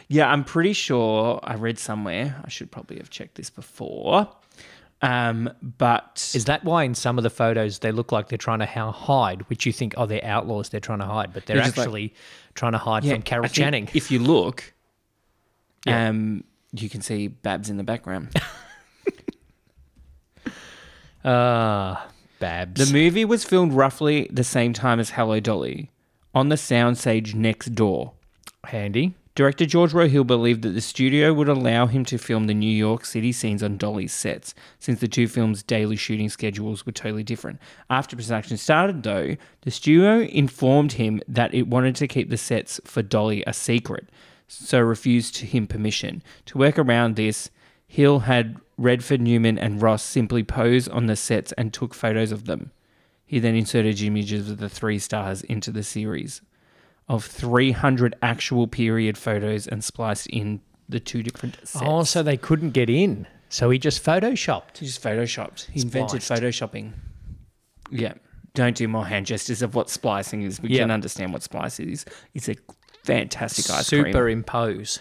Speaker 2: Yeah, I'm pretty sure I read somewhere. I should probably have checked this before. Um, but
Speaker 1: Is that why in some of the photos they look like they're trying to ho- hide, which you think, oh, they're outlaws, they're trying to hide, but they're
Speaker 2: They're just like-
Speaker 1: actually trying to hide from Carol
Speaker 2: I think
Speaker 1: Channing.
Speaker 2: If you look,
Speaker 1: Yeah.
Speaker 2: um, you can see Babs in the background.
Speaker 1: Ah, Babs.
Speaker 2: the movie was filmed roughly the same time as Hello Dolly on the soundstage next door.
Speaker 1: Handy.
Speaker 2: Director George Rohill believed that the studio would allow him to film the New York City scenes on Dolly's sets, since the two films' daily shooting schedules were totally different. After production started, though, the studio informed him that it wanted to keep the sets for Dolly a secret, so refused to him permission. To work around this, Hill had Redford Newman and Ross simply pose on the sets and took photos of them. He then inserted images of the three stars into the series of 300 actual period photos and spliced in the two different sets.
Speaker 1: Oh, so they couldn't get in. So he just photoshopped.
Speaker 2: He just photoshopped. He invented
Speaker 1: Spliced.
Speaker 2: photoshopping. Yeah. Don't do more hand gestures of what splicing is. We
Speaker 1: Yeah.
Speaker 2: can understand what splice is. It's a fantastic ice cream.
Speaker 1: Superimpose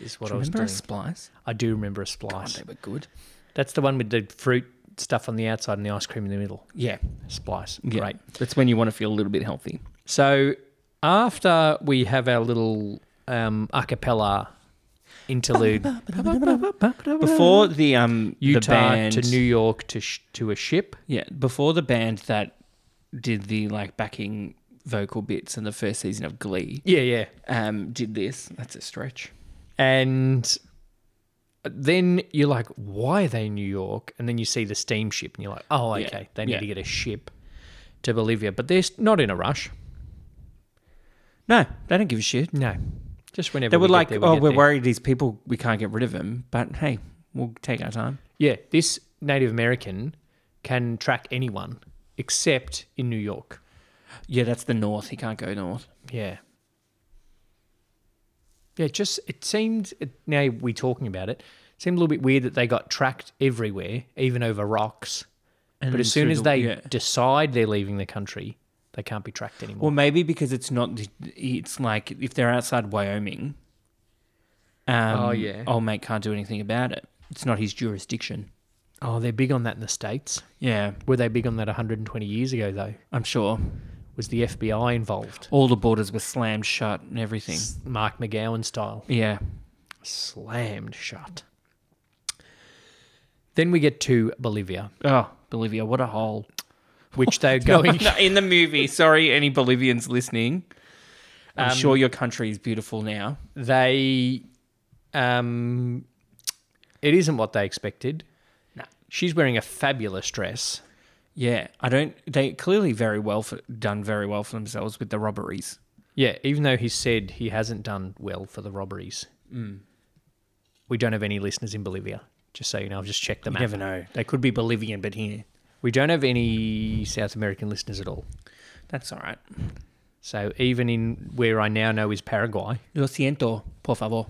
Speaker 1: is what
Speaker 2: Do
Speaker 1: I
Speaker 2: you
Speaker 1: was
Speaker 2: remember
Speaker 1: doing.
Speaker 2: a splice?
Speaker 1: I do remember a
Speaker 2: God,
Speaker 1: splice.
Speaker 2: Oh, they were good.
Speaker 1: That's the one with the fruit stuff on the outside and the ice cream in the middle.
Speaker 2: Yeah.
Speaker 1: Splice.
Speaker 2: yeah.
Speaker 1: Great.
Speaker 2: That's when you want to feel a little bit healthy.
Speaker 1: So after we have our little um, a cappella interlude,
Speaker 2: Before the um the
Speaker 1: Utah
Speaker 2: band,
Speaker 1: to New York to sh- to a ship.
Speaker 2: Yeah, before the band that did the like backing vocal bits in the first season of Glee,
Speaker 1: Yeah, yeah.
Speaker 2: um, did this. That's a stretch.
Speaker 1: And then you're like, why are they in New York? And then you see the steamship and you're like, oh,
Speaker 2: Yeah,
Speaker 1: okay, they need
Speaker 2: yeah.
Speaker 1: to get a ship to Bolivia. But they're s- not in a rush.
Speaker 2: No, they don't give a shit.
Speaker 1: No. Just whenever
Speaker 2: They were
Speaker 1: we get
Speaker 2: like,
Speaker 1: there, we
Speaker 2: "Oh,
Speaker 1: get
Speaker 2: we're
Speaker 1: there."
Speaker 2: worried these people. We can't get rid of them." But hey, we'll take our time.
Speaker 1: Yeah, this Native American can track anyone except in New York.
Speaker 2: Yeah, that's the north. He can't go north.
Speaker 1: Yeah. Yeah, just it seemed it, now we're talking about it, it seemed a little bit weird that they got tracked everywhere, even over rocks.
Speaker 2: And
Speaker 1: but as soon
Speaker 2: through
Speaker 1: as
Speaker 2: the-
Speaker 1: they
Speaker 2: yeah.
Speaker 1: decide they're leaving the country, they can't be tracked anymore.
Speaker 2: well, maybe because it's not. the- It's like if they're outside Wyoming. Um,
Speaker 1: Oh, yeah.
Speaker 2: old mate can't do anything about it. It's not his jurisdiction.
Speaker 1: oh, they're big on that in the States.
Speaker 2: Yeah,
Speaker 1: Were they big on that 120 years ago, though?
Speaker 2: I'm sure.
Speaker 1: Was the FBI involved?
Speaker 2: All the borders were slammed shut and everything.
Speaker 1: S- Mark McGowan style.
Speaker 2: Yeah.
Speaker 1: Slammed shut. Then we get to Bolivia,
Speaker 2: Oh, Bolivia, what a hole.
Speaker 1: which they're going.
Speaker 2: No, in the movie. Sorry, any Bolivians listening. I'm
Speaker 1: Um,
Speaker 2: sure your country is beautiful now.
Speaker 1: they um it isn't what they expected
Speaker 2: No.
Speaker 1: she's wearing a fabulous dress
Speaker 2: Yeah, I don't. They clearly very well for, done very well for themselves with the robberies.
Speaker 1: yeah even though he said he hasn't done well for the robberies
Speaker 2: Mm.
Speaker 1: we don't have any listeners in bolivia just so you know i've just checked the map
Speaker 2: know. They could be Bolivian, but here.
Speaker 1: we don't have any south american listeners at all
Speaker 2: That's all right.
Speaker 1: so even in where i now know is paraguay
Speaker 2: Lo siento, por favor.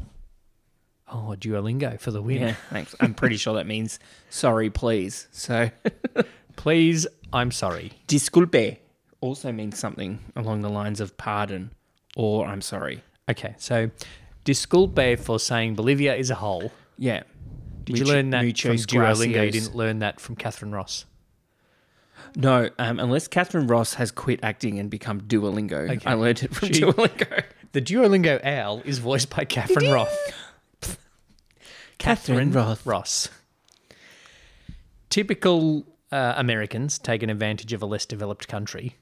Speaker 1: oh duolingo for the win
Speaker 2: Yeah, thanks. I'm pretty sure that means sorry, please. So,
Speaker 1: please i'm sorry
Speaker 2: disculpe also means something along the lines of pardon or I'm sorry.
Speaker 1: okay so disculpe for saying bolivia is a hole
Speaker 2: Yeah.
Speaker 1: Did you learn that from Duolingo? You
Speaker 2: gracias.
Speaker 1: didn't learn that from Catherine Ross.
Speaker 2: No, um, unless Catherine Ross has quit acting and become Duolingo.
Speaker 1: Okay.
Speaker 2: I learned it from
Speaker 1: She-
Speaker 2: Duolingo.
Speaker 1: The Duolingo owl is voiced by Catherine Ross.
Speaker 2: Catherine Ross.
Speaker 1: Ross. Typical uh, Americans taking advantage of a less developed country.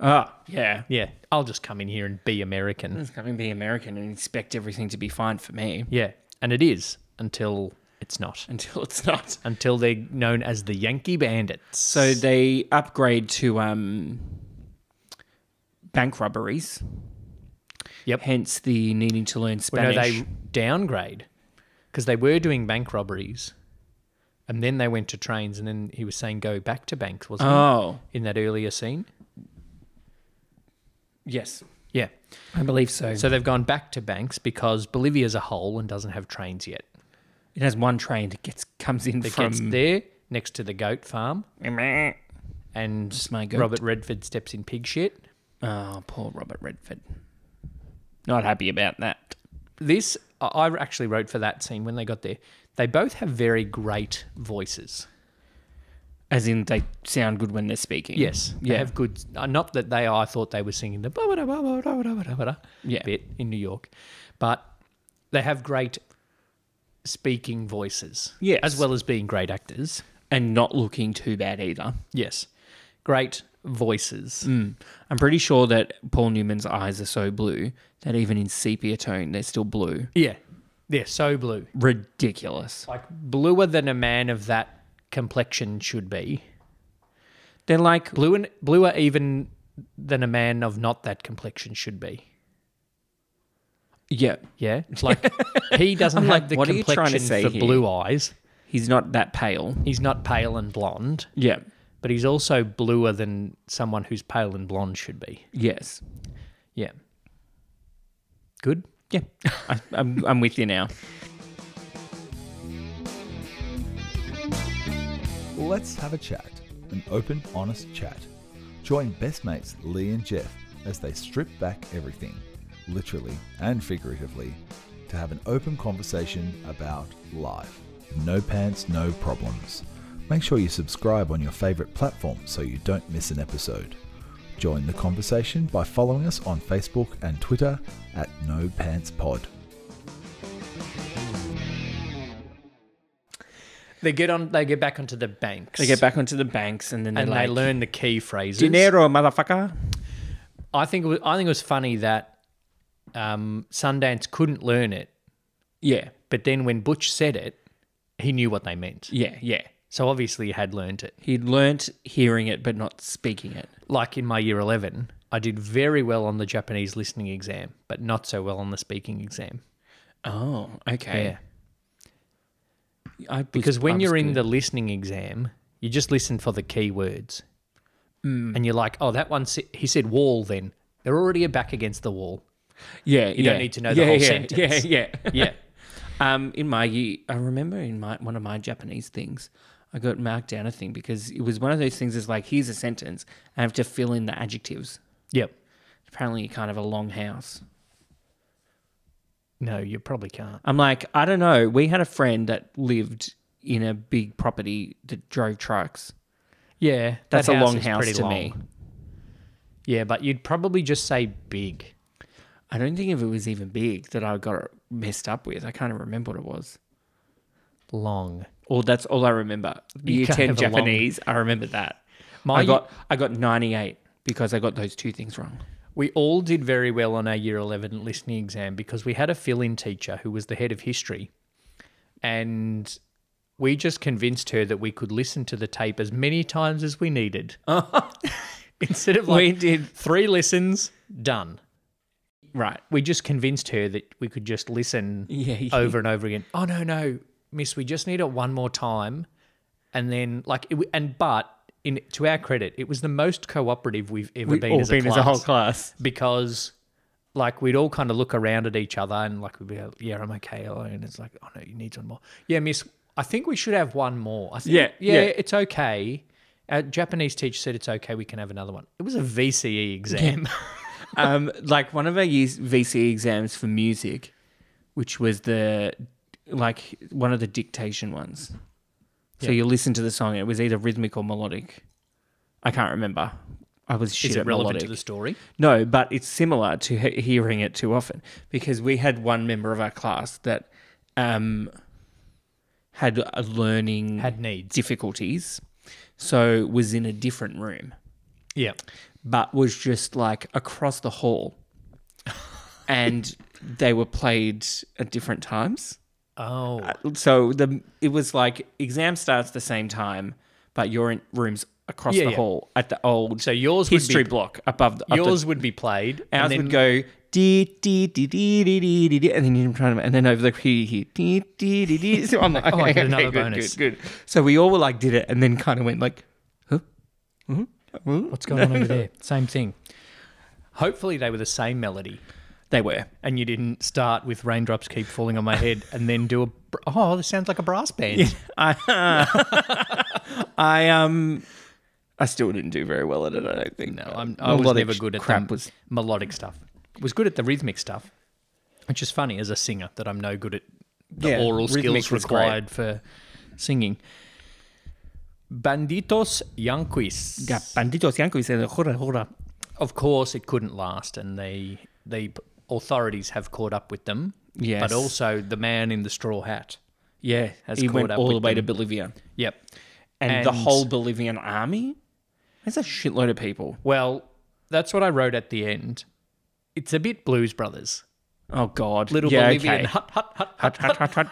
Speaker 2: Ah, yeah.
Speaker 1: Yeah, I'll just come in here and be American.
Speaker 2: It's coming to be American and expect everything to be fine for me
Speaker 1: Yeah, and it is until it's not.
Speaker 2: until it's not.
Speaker 1: Until they're known as the Yankee Bandits.
Speaker 2: So they upgrade to um, bank robberies.
Speaker 1: Yep.
Speaker 2: Hence the needing to learn
Speaker 1: Well,
Speaker 2: Spanish.
Speaker 1: no, they downgrade because they were doing bank robberies, and then they went to trains, and then he was saying go back to banks, wasn't
Speaker 2: oh,
Speaker 1: he? In that earlier scene,
Speaker 2: yes.
Speaker 1: yeah.
Speaker 2: I believe so.
Speaker 1: So they've gone back to banks because Bolivia's a hole and doesn't have trains yet.
Speaker 2: It has one train that gets comes in
Speaker 1: It
Speaker 2: from.
Speaker 1: gets there next to the goat farm, and
Speaker 2: It's my goat.
Speaker 1: Robert Redford steps in pig shit.
Speaker 2: Oh, poor Robert Redford. Not happy about that.
Speaker 1: This I- I actually wrote for that scene when they got there. They both have very great voices.
Speaker 2: As in, they sound good when they're speaking.
Speaker 1: Yes, they
Speaker 2: Yeah.
Speaker 1: have good. uh, Not that they are. I thought they were singing the ba-ba-da, ba-ba-da, ba-ba-da, ba-ba-da
Speaker 2: Yeah.
Speaker 1: bit in New York, but they have great speaking voices.
Speaker 2: Yes.
Speaker 1: as well as being great actors.
Speaker 2: And not looking too bad either.
Speaker 1: Yes, great voices.
Speaker 2: Mm. I'm pretty sure that Paul Newman's eyes are so blue that even in sepia tone, they're still blue.
Speaker 1: Yeah. They're so blue.
Speaker 2: Ridiculous.
Speaker 1: Like bluer than a man of that complexion should be.
Speaker 2: They're like
Speaker 1: Blue and bluer even than a man of not that complexion should be.
Speaker 2: yeah,
Speaker 1: Yeah. It's like he doesn't
Speaker 2: I'm
Speaker 1: have
Speaker 2: like,
Speaker 1: the
Speaker 2: what are you trying to
Speaker 1: complexion
Speaker 2: say
Speaker 1: for
Speaker 2: here?
Speaker 1: blue eyes.
Speaker 2: he's not that pale.
Speaker 1: He's not pale and blonde,
Speaker 2: Yeah.
Speaker 1: but he's also bluer than someone who's pale and blonde should be.
Speaker 2: Yes.
Speaker 1: Yeah. Good.
Speaker 2: Yeah. I, I'm I'm with you now.
Speaker 3: Let's have a chat. An open, honest chat. Join best mates Lee and Jeff as they strip back everything, literally and figuratively, to have an open conversation about life. No pants, no problems. Make sure you subscribe on your favourite platform so you don't miss an episode. Join the conversation by following us on Facebook and Twitter at No Pants Pod.
Speaker 1: They get on. They get back onto the banks.
Speaker 2: They get back onto the banks and then they're
Speaker 1: and
Speaker 2: like,
Speaker 1: they learn the key phrases.
Speaker 2: dinero, motherfucker.
Speaker 1: I think it was, I think it was funny that um, Sundance couldn't learn it,
Speaker 2: Yeah.
Speaker 1: but then when Butch said it, he knew what they meant.
Speaker 2: Yeah. Yeah.
Speaker 1: So obviously he had learned it.
Speaker 2: He'd learnt hearing it but not speaking it.
Speaker 1: Like in my year eleven, I did very well on the Japanese listening exam, but not so well on the speaking exam.
Speaker 2: Oh, okay. Yeah. I was-
Speaker 1: Because
Speaker 2: I
Speaker 1: when
Speaker 2: was
Speaker 1: you're in
Speaker 2: good.
Speaker 1: the listening exam, you just listen for the key words.
Speaker 2: Mm.
Speaker 1: And you're like, oh, that one, sa- he said wall then. They're already back against the wall.
Speaker 2: yeah,
Speaker 1: you don't need to know the whole
Speaker 2: yeah,
Speaker 1: sentence.
Speaker 2: Yeah, yeah,
Speaker 1: Yeah.
Speaker 2: Um, in my year, I remember in my one of my Japanese things, I got marked down a thing because it was one of those things. Is like here's a sentence, I have to fill in the adjectives.
Speaker 1: yep.
Speaker 2: Apparently, kind of a long house.
Speaker 1: No, you probably can't.
Speaker 2: I'm like, I don't know. We had a friend that lived in a big property that drove trucks.
Speaker 1: Yeah.
Speaker 2: That's
Speaker 1: that
Speaker 2: a long
Speaker 1: is
Speaker 2: house
Speaker 1: pretty
Speaker 2: to
Speaker 1: long.
Speaker 2: me.
Speaker 1: Yeah, but you'd probably just say big.
Speaker 2: I don't think if it was even big that I got messed up with. I can't even remember what it was.
Speaker 1: Long.
Speaker 2: Or that's all I remember.
Speaker 1: You
Speaker 2: Year
Speaker 1: can't
Speaker 2: ten
Speaker 1: have a long-
Speaker 2: Japanese. I remember that.
Speaker 1: My-
Speaker 2: I got I got ninety eight because I got those two things wrong.
Speaker 1: We all did very well on our year 11 listening exam because we had a fill in teacher who was the head of history. And we just convinced her that we could listen to the tape as many times as we needed. Instead of like
Speaker 2: we did
Speaker 1: three listens, done.
Speaker 2: right.
Speaker 1: We just convinced her that we could just listen
Speaker 2: Yeah, yeah.
Speaker 1: over and over again. Oh, no, no, miss, we just need it one more time. And then, like, it, w- and but in to our credit, it was the most cooperative we've ever
Speaker 2: We've
Speaker 1: been,
Speaker 2: all
Speaker 1: as, a
Speaker 2: been as a whole
Speaker 1: class
Speaker 2: class.
Speaker 1: because like we'd all kind of look around at each other and like we'd be like, yeah, I'm okay. Oh, And it's like, oh no, you need one more. Yeah, miss, I think we should have one more. I think,
Speaker 2: Yeah,
Speaker 1: yeah,
Speaker 2: yeah.
Speaker 1: it's okay. Our Japanese teacher said it's okay. We can have another one. It was a VCE exam.
Speaker 2: um, like one of our years VCE exams for music, which was the like one of the dictation ones. So
Speaker 1: Yeah.
Speaker 2: you listen to the song, and it was either rhythmic or melodic. I can't remember. I was shit
Speaker 1: Is it
Speaker 2: at
Speaker 1: relevant
Speaker 2: melodic.
Speaker 1: to the story?
Speaker 2: No, but it's similar to he- hearing it too often because we had one member of our class that um, had a learning
Speaker 1: Had needs.
Speaker 2: difficulties, so was in a different room,
Speaker 1: Yeah.
Speaker 2: but was just like across the hall, and they were played at different times.
Speaker 1: Oh,
Speaker 2: Uh, So the it was like exam starts the same time, but you're in rooms across
Speaker 1: Yeah,
Speaker 2: the
Speaker 1: yeah.
Speaker 2: hall at the old
Speaker 1: so yours
Speaker 2: history
Speaker 1: would
Speaker 2: block above the,
Speaker 1: be
Speaker 2: up the
Speaker 1: yours would be played.
Speaker 2: Ours
Speaker 1: and then
Speaker 2: would go dee dee dee dee dee dee dee dee, and then you're trying to, and then over the here here dee dee dee dee. So I'm like,
Speaker 1: Oh, I
Speaker 2: okay,
Speaker 1: get
Speaker 2: okay,
Speaker 1: another
Speaker 2: good,
Speaker 1: bonus.
Speaker 2: good, good. So we all were like, did it, and then kind of went like, huh,
Speaker 1: What's going on over there? Same thing. Hopefully they were the same melody.
Speaker 2: they were.
Speaker 1: and you didn't start with raindrops keep falling on my head and then do a br- oh this sounds like a brass band
Speaker 2: I, I um, I still didn't do very well at it. I don't think. No,
Speaker 1: I'm, i was never good at
Speaker 2: crap.
Speaker 1: the
Speaker 2: Was
Speaker 1: melodic stuff was good at the rhythmic stuff which is funny as a singer that i'm no good at the
Speaker 2: Yeah,
Speaker 1: oral
Speaker 2: rhythmic
Speaker 1: skills
Speaker 2: is great.
Speaker 1: required for singing banditos yanquis
Speaker 2: yeah, banditos yankees and hora hora.
Speaker 1: of course it couldn't last and the the p- authorities have caught up with them
Speaker 2: Yes.
Speaker 1: but also the man in the straw hat
Speaker 2: Yeah,
Speaker 1: Has
Speaker 2: he
Speaker 1: caught
Speaker 2: went
Speaker 1: up
Speaker 2: all the
Speaker 1: with
Speaker 2: way to
Speaker 1: them.
Speaker 2: Bolivia
Speaker 1: yep
Speaker 2: and, the
Speaker 1: And-
Speaker 2: whole Bolivian army. There's a shitload of people.
Speaker 1: Well, that's what I wrote at the end. It's a bit Blues Brothers,
Speaker 2: Oh God,
Speaker 1: Little
Speaker 2: Yeah,
Speaker 1: Bolivian
Speaker 2: okay.
Speaker 1: hut hut hut
Speaker 2: Hut, hut, hut, hut.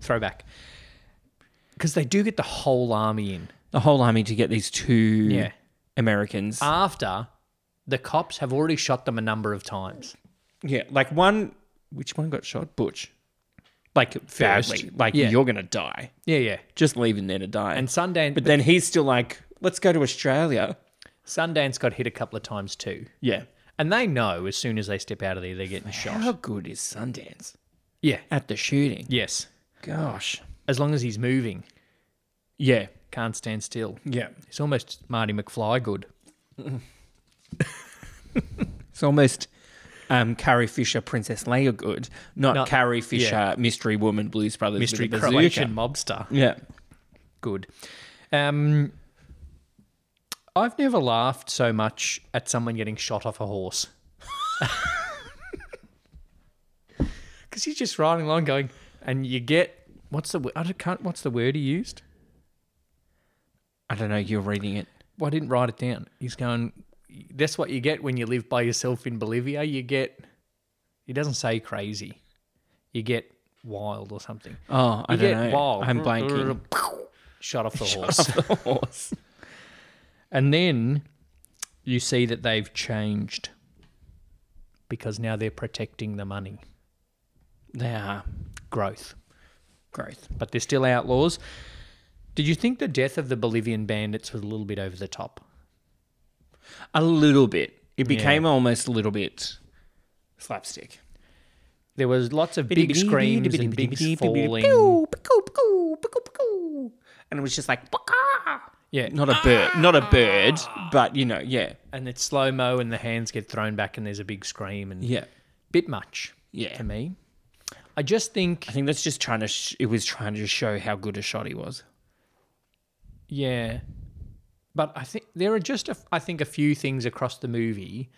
Speaker 1: throwback. Because they do get the whole army in
Speaker 2: the whole army to get these two
Speaker 1: Yeah. Uh,
Speaker 2: Americans.
Speaker 1: after the cops have already shot them a number of times.
Speaker 2: yeah, like one. Which one got shot? Butch. Like badly. Like
Speaker 1: Yeah.
Speaker 2: you're gonna die.
Speaker 1: Yeah, yeah.
Speaker 2: Just leave him there to die.
Speaker 1: And Sundance,
Speaker 2: but then he's still like, let's go to Australia.
Speaker 1: Sundance got hit a couple of times too,
Speaker 2: Yeah.
Speaker 1: and they know as soon as they step out of there they're getting shot.
Speaker 2: How good is Sundance
Speaker 1: Yeah.
Speaker 2: at the shooting?
Speaker 1: Yes.
Speaker 2: Gosh.
Speaker 1: As long as he's moving,
Speaker 2: Yeah.
Speaker 1: can't stand still.
Speaker 2: Yeah.
Speaker 1: It's almost Marty McFly good.
Speaker 2: It's almost um, Carrie Fisher, Princess Leia good, not,
Speaker 1: Not-
Speaker 2: Carrie Fisher, Mystery Woman, Blues Brothers, with a
Speaker 1: Mystery
Speaker 2: bazooka.
Speaker 1: Croatian mobster.
Speaker 2: Yeah.
Speaker 1: Good. Um, I've never laughed so much at someone getting shot off a horse. Because you're just riding along going, and you get, what's the, wo- I don't- can't, what's the word he used?
Speaker 2: I don't know. You're reading it.
Speaker 1: Well, I didn't write it down. He's going, that's what you get when you live by yourself in Bolivia. You get, he doesn't say crazy. You get wild or something.
Speaker 2: Oh, I
Speaker 1: you
Speaker 2: don't
Speaker 1: get
Speaker 2: know.
Speaker 1: wild.
Speaker 2: I'm blanking.
Speaker 1: Shot off the horse.
Speaker 2: Off the horse.
Speaker 1: And then you see that they've changed because now they're protecting the money,
Speaker 2: They are
Speaker 1: growth,
Speaker 2: growth.
Speaker 1: but they're still outlaws. Did you think the death of the Bolivian bandits was a little bit over the top?
Speaker 2: A little bit. It became almost a little bit slapstick.
Speaker 1: There was lots of big screams and big falling.
Speaker 2: Pew, pew, pew, pew, pew. And it was just like, "Baka!"
Speaker 1: Yeah,
Speaker 2: not a bird, not a bird, but you know, yeah,
Speaker 1: and it's slow mo, and the hands get thrown back, and there's a big scream, and
Speaker 2: yeah.
Speaker 1: bit much
Speaker 2: Yeah.
Speaker 1: to me. I just think,
Speaker 2: I think that's just trying to. Sh- it was trying to show how good a shot he was.
Speaker 1: yeah, but I think there are just a, I think a few things across the movie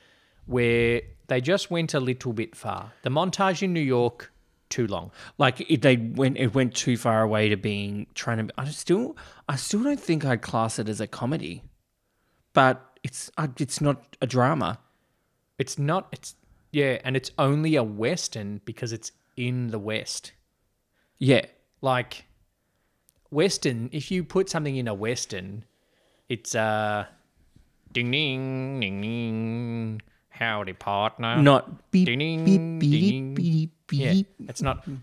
Speaker 1: where they just went a little bit far. The montage in New York too long.
Speaker 2: Like it, they went, it went too far away to being trying to. I still, I still don't think I'd class it as a comedy, but it's, I, it's not a drama.
Speaker 1: It's not it's yeah, and it's only a western because it's in the west.
Speaker 2: Yeah,
Speaker 1: Like western, if you put something in a western, it's uh ding ding ding ding howdy partner.
Speaker 2: Uh, not beep,
Speaker 1: Ding,
Speaker 2: beep,
Speaker 1: ding.
Speaker 2: beep, beep,
Speaker 1: Yeah,
Speaker 2: beep.
Speaker 1: it's not
Speaker 2: Mm.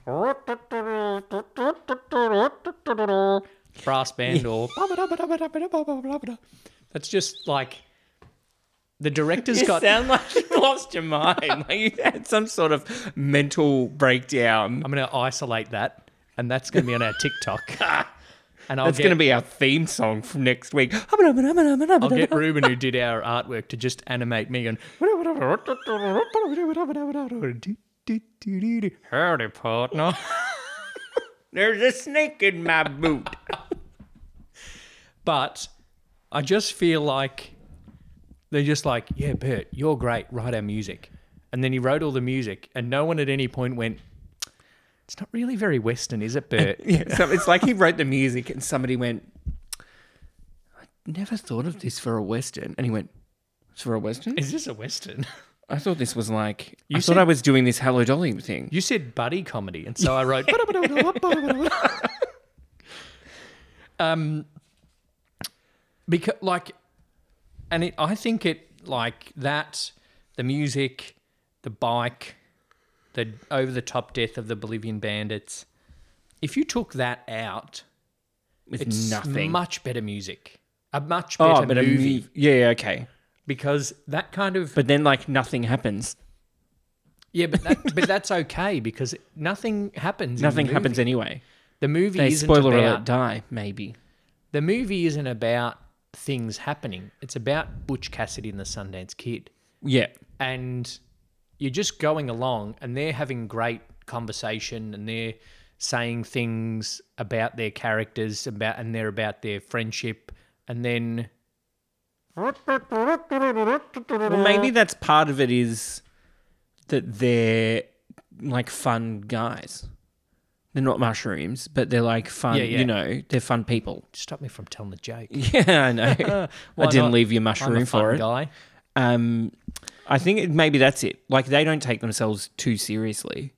Speaker 1: brass band or that's just like the director's
Speaker 2: You
Speaker 1: got
Speaker 2: sound like you lost your mind. Like you had some sort of mental breakdown.
Speaker 1: I'm gonna isolate that and that's gonna be on our TikTok. And I'll
Speaker 2: Ah, That's
Speaker 1: get,
Speaker 2: going to be our theme song from next week.
Speaker 1: I'll get Ruben who did our artwork to just animate me and Howdy partner.
Speaker 2: There's a snake in my boot.
Speaker 1: But I just feel like they're just like, yeah, Bert, you're great. Write our music. And then he wrote all the music, and no one at any point went, it's not really very Western, is it, Bert?
Speaker 2: Yeah, so it's like he wrote the music and somebody went, I never thought of this for a Western. And he went, It's for a Western?
Speaker 1: is this a Western?
Speaker 2: I thought this was like,
Speaker 1: You
Speaker 2: I thought
Speaker 1: said-
Speaker 2: I was doing this Hello Dolly thing.
Speaker 1: You said buddy comedy, and so I wrote. um, because like, and it, I think it like that the music, the bike, the over the top death of the Bolivian bandits. If you took that out,
Speaker 2: With
Speaker 1: it's
Speaker 2: nothing.
Speaker 1: much better music, a much
Speaker 2: oh,
Speaker 1: better
Speaker 2: but
Speaker 1: movie
Speaker 2: a movie. Yeah, yeah, okay.
Speaker 1: because that kind of
Speaker 2: But then, like, nothing happens.
Speaker 1: yeah, but that, but that's okay because nothing happens. in the
Speaker 2: Nothing
Speaker 1: movie.
Speaker 2: happens anyway.
Speaker 1: The movie
Speaker 2: They,
Speaker 1: isn't
Speaker 2: spoiler
Speaker 1: about
Speaker 2: alert, die, maybe.
Speaker 1: the movie isn't about things happening. It's about Butch Cassidy and the Sundance Kid.
Speaker 2: Yeah.
Speaker 1: And you're just going along and they're having great conversation and they're saying things about their characters about and they're about their friendship and then Uh,
Speaker 2: Well, maybe that's part of it is that they're like fun guys. They're not mushrooms, but they're like fun.
Speaker 1: Yeah, yeah.
Speaker 2: You know, they're fun people.
Speaker 1: Stop me from telling the joke.
Speaker 2: Yeah, I know. I
Speaker 1: Why
Speaker 2: didn't
Speaker 1: not?
Speaker 2: leave you
Speaker 1: I'm
Speaker 2: mushroom
Speaker 1: a fun
Speaker 2: for it.
Speaker 1: guy.
Speaker 2: Um, I think it, maybe that's it. Like they don't take themselves too seriously,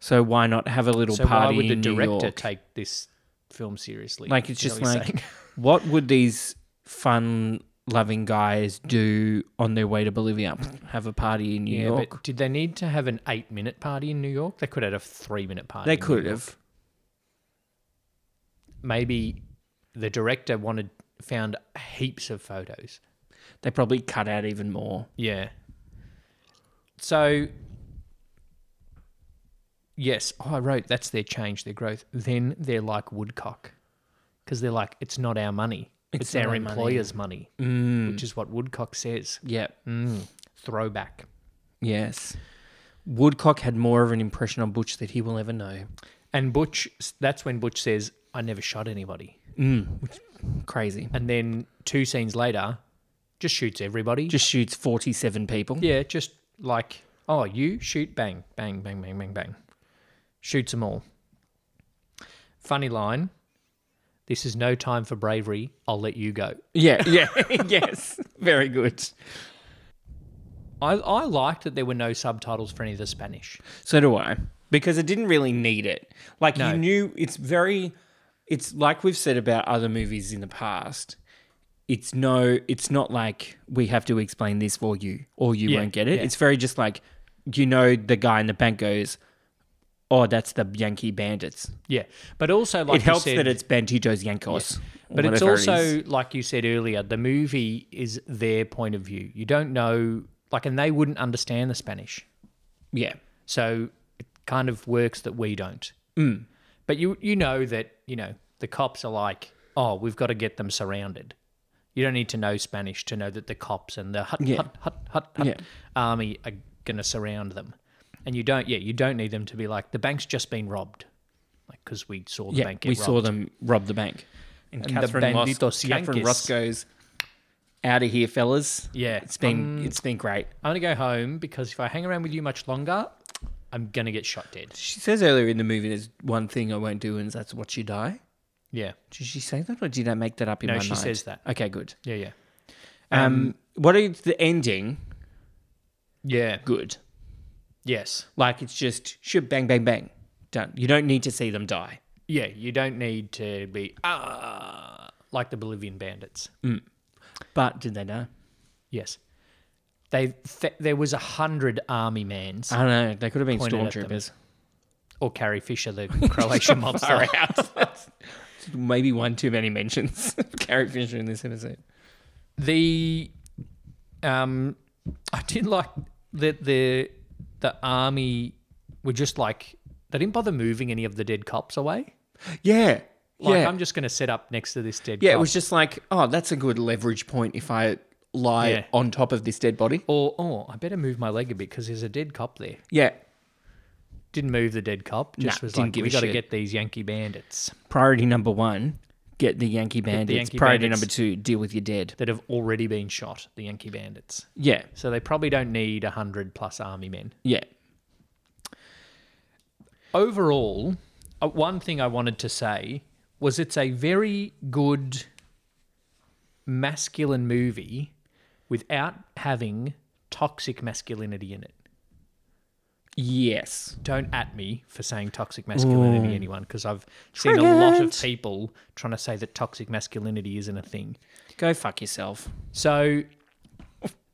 Speaker 2: so why not have a little
Speaker 1: So why
Speaker 2: party
Speaker 1: would the
Speaker 2: in New
Speaker 1: director
Speaker 2: York?
Speaker 1: take this film seriously?
Speaker 2: like it's
Speaker 1: You know
Speaker 2: just
Speaker 1: what he's
Speaker 2: like,
Speaker 1: saying?
Speaker 2: what would these fun-loving guys do on their way to Bolivia? Have a party in New
Speaker 1: yeah,
Speaker 2: York?
Speaker 1: but did they need to have an eight-minute party in New York? They could have had a three-minute party.
Speaker 2: They
Speaker 1: in New
Speaker 2: could
Speaker 1: York.
Speaker 2: have.
Speaker 1: Maybe the director wanted found heaps of photos.
Speaker 2: They probably cut out even more.
Speaker 1: Yeah. So, yes, oh, I wrote that's their change, their growth. Then they're like Woodcock because they're like, it's not our money, it's,
Speaker 2: It's not
Speaker 1: our
Speaker 2: our money." Mm.
Speaker 1: employer's money, which is what Woodcock says.
Speaker 2: Yeah.
Speaker 1: Mm, throwback.
Speaker 2: Yes. Woodcock had more of an impression on Butch that he will ever know.
Speaker 1: And Butch, that's when Butch says, I never shot anybody.
Speaker 2: Mm. Which, crazy.
Speaker 1: And then two scenes later, just shoots everybody.
Speaker 2: Just shoots 47 people.
Speaker 1: yeah, just like, oh, you shoot, bang, bang, bang, bang, bang, bang. Shoots them all. Funny line. This is no time for bravery. I'll let you go.
Speaker 2: Yeah, yeah, yes. Very good.
Speaker 1: I, I liked that there were no subtitles for any of the Spanish.
Speaker 2: So do I. Because it didn't really need it. Like
Speaker 1: No.
Speaker 2: you knew it's very it's like we've said about other movies in the past. It's no it's not like we have to explain this for you or you
Speaker 1: Yeah,
Speaker 2: won't get it.
Speaker 1: yeah.
Speaker 2: It's very just like you know the guy in the bank goes, Oh, that's the Yankee bandits.
Speaker 1: Yeah. But also, like
Speaker 2: it helps
Speaker 1: you said,
Speaker 2: that it's Banditos Yankos. or
Speaker 1: But it's
Speaker 2: whatever it is.
Speaker 1: also like you said earlier, the movie is their point of view. You don't know, like, and they wouldn't understand the Spanish,
Speaker 2: Yeah.
Speaker 1: so it kind of works that we don't.
Speaker 2: Mm.
Speaker 1: But you you know that you know the cops are like, oh, we've got to get them surrounded. You don't need to know Spanish to know that the cops and the hut
Speaker 2: Yeah.
Speaker 1: hut hut hut, hut
Speaker 2: Yeah.
Speaker 1: army are going to surround them, and you don't yeah you don't need them to be like the bank's just been robbed, like because we saw the
Speaker 2: Yeah,
Speaker 1: bank get
Speaker 2: we
Speaker 1: robbed.
Speaker 2: saw them rob the bank. And,
Speaker 1: And the
Speaker 2: Catherine, Ross,
Speaker 1: Banditos
Speaker 2: Catherine
Speaker 1: Yankees.
Speaker 2: Ross goes, out of here, fellas.
Speaker 1: Yeah, Um,
Speaker 2: It's been it's been great.
Speaker 1: I'm gonna go home because if I hang around with you much longer, I'm gonna get shot dead.
Speaker 2: She says earlier in the movie, "There's one thing I won't do, and that's watch you die."
Speaker 1: Yeah,
Speaker 2: Did she say that, or did I make that up in
Speaker 1: No,
Speaker 2: my
Speaker 1: she
Speaker 2: mind?
Speaker 1: says that.
Speaker 2: Okay, good.
Speaker 1: yeah, yeah,
Speaker 2: Um, what is the ending?
Speaker 1: yeah.
Speaker 2: Good.
Speaker 1: Yes,
Speaker 2: Like it's just shoot, bang, bang, bang, done. You don't need to see them die.
Speaker 1: yeah. You don't need to be ah like the Bolivian bandits.
Speaker 2: But did they die?
Speaker 1: Yes, they th- there was a hundred army mans
Speaker 2: I don't know. They could have been
Speaker 1: Pointed at them.
Speaker 2: stormtroopers.
Speaker 1: or Carrie Fisher, the Croatian mobster.
Speaker 2: out. Maybe one too many mentions of Carrie Fisher in this episode.
Speaker 1: The um, I did like that the the army were just like they didn't bother moving any of the dead cops away.
Speaker 2: Yeah.
Speaker 1: Like
Speaker 2: yeah.
Speaker 1: I'm just gonna set up next to this dead.
Speaker 2: yeah,
Speaker 1: cop.
Speaker 2: it was just like, oh, that's a good leverage point if I lie
Speaker 1: Yeah.
Speaker 2: on top of this dead body.
Speaker 1: Or, oh, I better move my leg a bit because there's a dead cop there.
Speaker 2: Yeah.
Speaker 1: Didn't move the dead cop. Just
Speaker 2: Nah,
Speaker 1: was
Speaker 2: didn't
Speaker 1: like,
Speaker 2: give
Speaker 1: we
Speaker 2: a
Speaker 1: got to
Speaker 2: shit."
Speaker 1: get these Yankee bandits
Speaker 2: Priority number one, get the Yankee bandits.
Speaker 1: Yankee
Speaker 2: Priority
Speaker 1: bandits.
Speaker 2: number two, deal with your dead.
Speaker 1: that have already been shot, the Yankee bandits.
Speaker 2: Yeah.
Speaker 1: So they probably don't need 100 plus army men.
Speaker 2: Yeah.
Speaker 1: Overall, uh, one thing I wanted to say was it's a very good masculine movie without having toxic masculinity in it.
Speaker 2: Yes.
Speaker 1: don't at me for saying toxic masculinity anyone because i've seen a lot of
Speaker 2: Triggered.
Speaker 1: people trying to say that toxic masculinity isn't a thing
Speaker 2: Go fuck yourself.
Speaker 1: so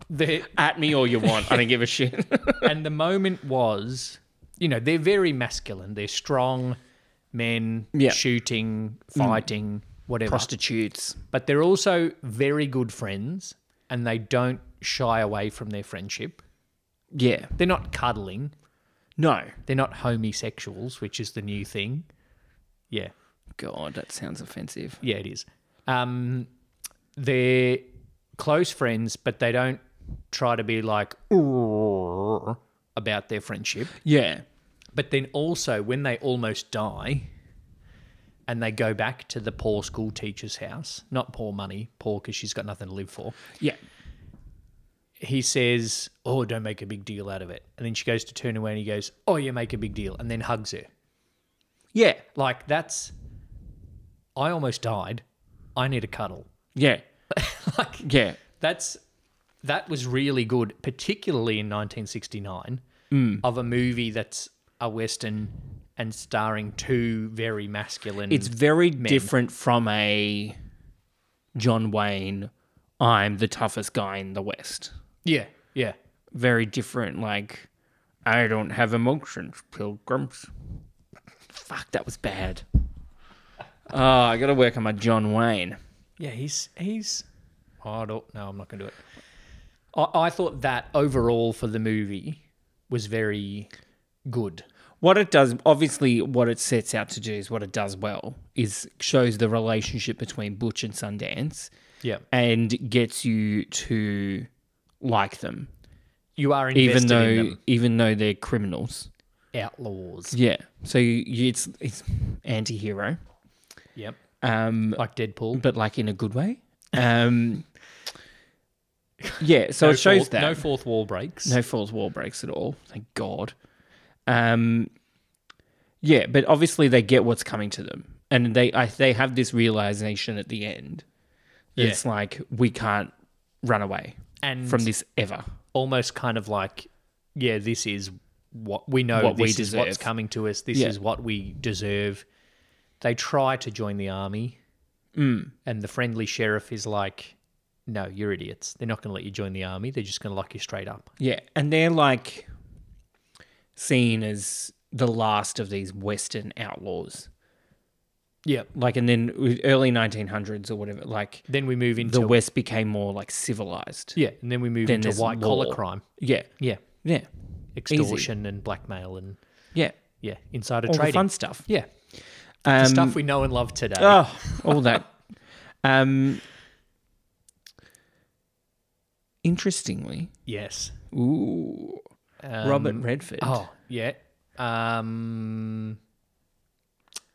Speaker 1: the
Speaker 2: At me all you want. I don't give a shit.
Speaker 1: and the moment was you know they're very masculine they're strong men
Speaker 2: Yeah.
Speaker 1: shooting fighting whatever
Speaker 2: Prostitutes.
Speaker 1: but they're also very good friends and they don't shy away from their friendship
Speaker 2: Yeah.
Speaker 1: they're not cuddling
Speaker 2: No.
Speaker 1: they're not homosexuals which is the new thing yeah
Speaker 2: God, that sounds offensive.
Speaker 1: Yeah, it is. Um, they're close friends, but they don't try to be like "Urgh," about their friendship.
Speaker 2: Yeah.
Speaker 1: But then also, when they almost die and they go back to the poor school teacher's house, not poor money, poor because she's got nothing to live for,
Speaker 2: Yeah.
Speaker 1: he says, Oh, don't make a big deal out of it. And then she goes to turn away and he goes, Oh, you make a big deal. And then hugs her. Yeah, like that's. I almost died. I need a cuddle.
Speaker 2: Yeah.
Speaker 1: like
Speaker 2: Yeah.
Speaker 1: that's that was really good, particularly in 1969, of a movie that's a western and starring two very masculine.
Speaker 2: It's very different from a John Wayne, I'm the toughest guy in the West.
Speaker 1: yeah, yeah,
Speaker 2: Very different, like, I don't have emotions, pilgrims. Fuck, that was bad. Oh, I gotta work on my John Wayne.
Speaker 1: yeah. He's he's. Oh, I don't. No, I'm not gonna do it. I, I thought that overall for the movie was very good.
Speaker 2: What it does, obviously, what it sets out to do is what it does well is shows the relationship between Butch and Sundance,
Speaker 1: Yeah,
Speaker 2: and gets you to like them,
Speaker 1: you are invested
Speaker 2: even
Speaker 1: in
Speaker 2: though
Speaker 1: them.
Speaker 2: even though they're criminals.
Speaker 1: outlaws.
Speaker 2: Yeah, so you, you- it's it's anti-hero,
Speaker 1: Yep,
Speaker 2: um,
Speaker 1: like Deadpool.
Speaker 2: but like in a good way. Um, yeah, so it shows
Speaker 1: fourth,
Speaker 2: that
Speaker 1: no fourth wall breaks.
Speaker 2: No falls wall breaks at all. Thank God. Um, yeah, but obviously they get what's coming to them, and they I, they have this realization at the end.
Speaker 1: Yeah.
Speaker 2: It's like we can't run away
Speaker 1: and
Speaker 2: from this ever.
Speaker 1: almost kind of like, yeah, this is what we know.
Speaker 2: What we
Speaker 1: this is what's
Speaker 2: deserve.
Speaker 1: coming to us. This
Speaker 2: Yeah.
Speaker 1: is what we deserve. They try to join the army,
Speaker 2: Mm.
Speaker 1: and the friendly sheriff is like, "No, you're idiots. They're not going to let you join the army. They're just going to lock you straight up."
Speaker 2: Yeah, and they're like seen as the last of these Western outlaws.
Speaker 1: Yeah.
Speaker 2: Like, and then early 1900s or whatever. Like
Speaker 1: Then we move into
Speaker 2: the West became more like civilized.
Speaker 1: yeah, and then we move
Speaker 2: Then
Speaker 1: into
Speaker 2: there's
Speaker 1: white collar
Speaker 2: law.
Speaker 1: crime.
Speaker 2: Yeah,
Speaker 1: Yeah,
Speaker 2: yeah,
Speaker 1: extortion and blackmail and
Speaker 2: yeah.
Speaker 1: yeah, insider
Speaker 2: All the
Speaker 1: trading.
Speaker 2: fun stuff.
Speaker 1: yeah,
Speaker 2: Um,
Speaker 1: the stuff we know and love today.
Speaker 2: Oh, all that. Um, interestingly,
Speaker 1: yes,
Speaker 2: ooh, Robert Redford.
Speaker 1: Oh, yeah. Um,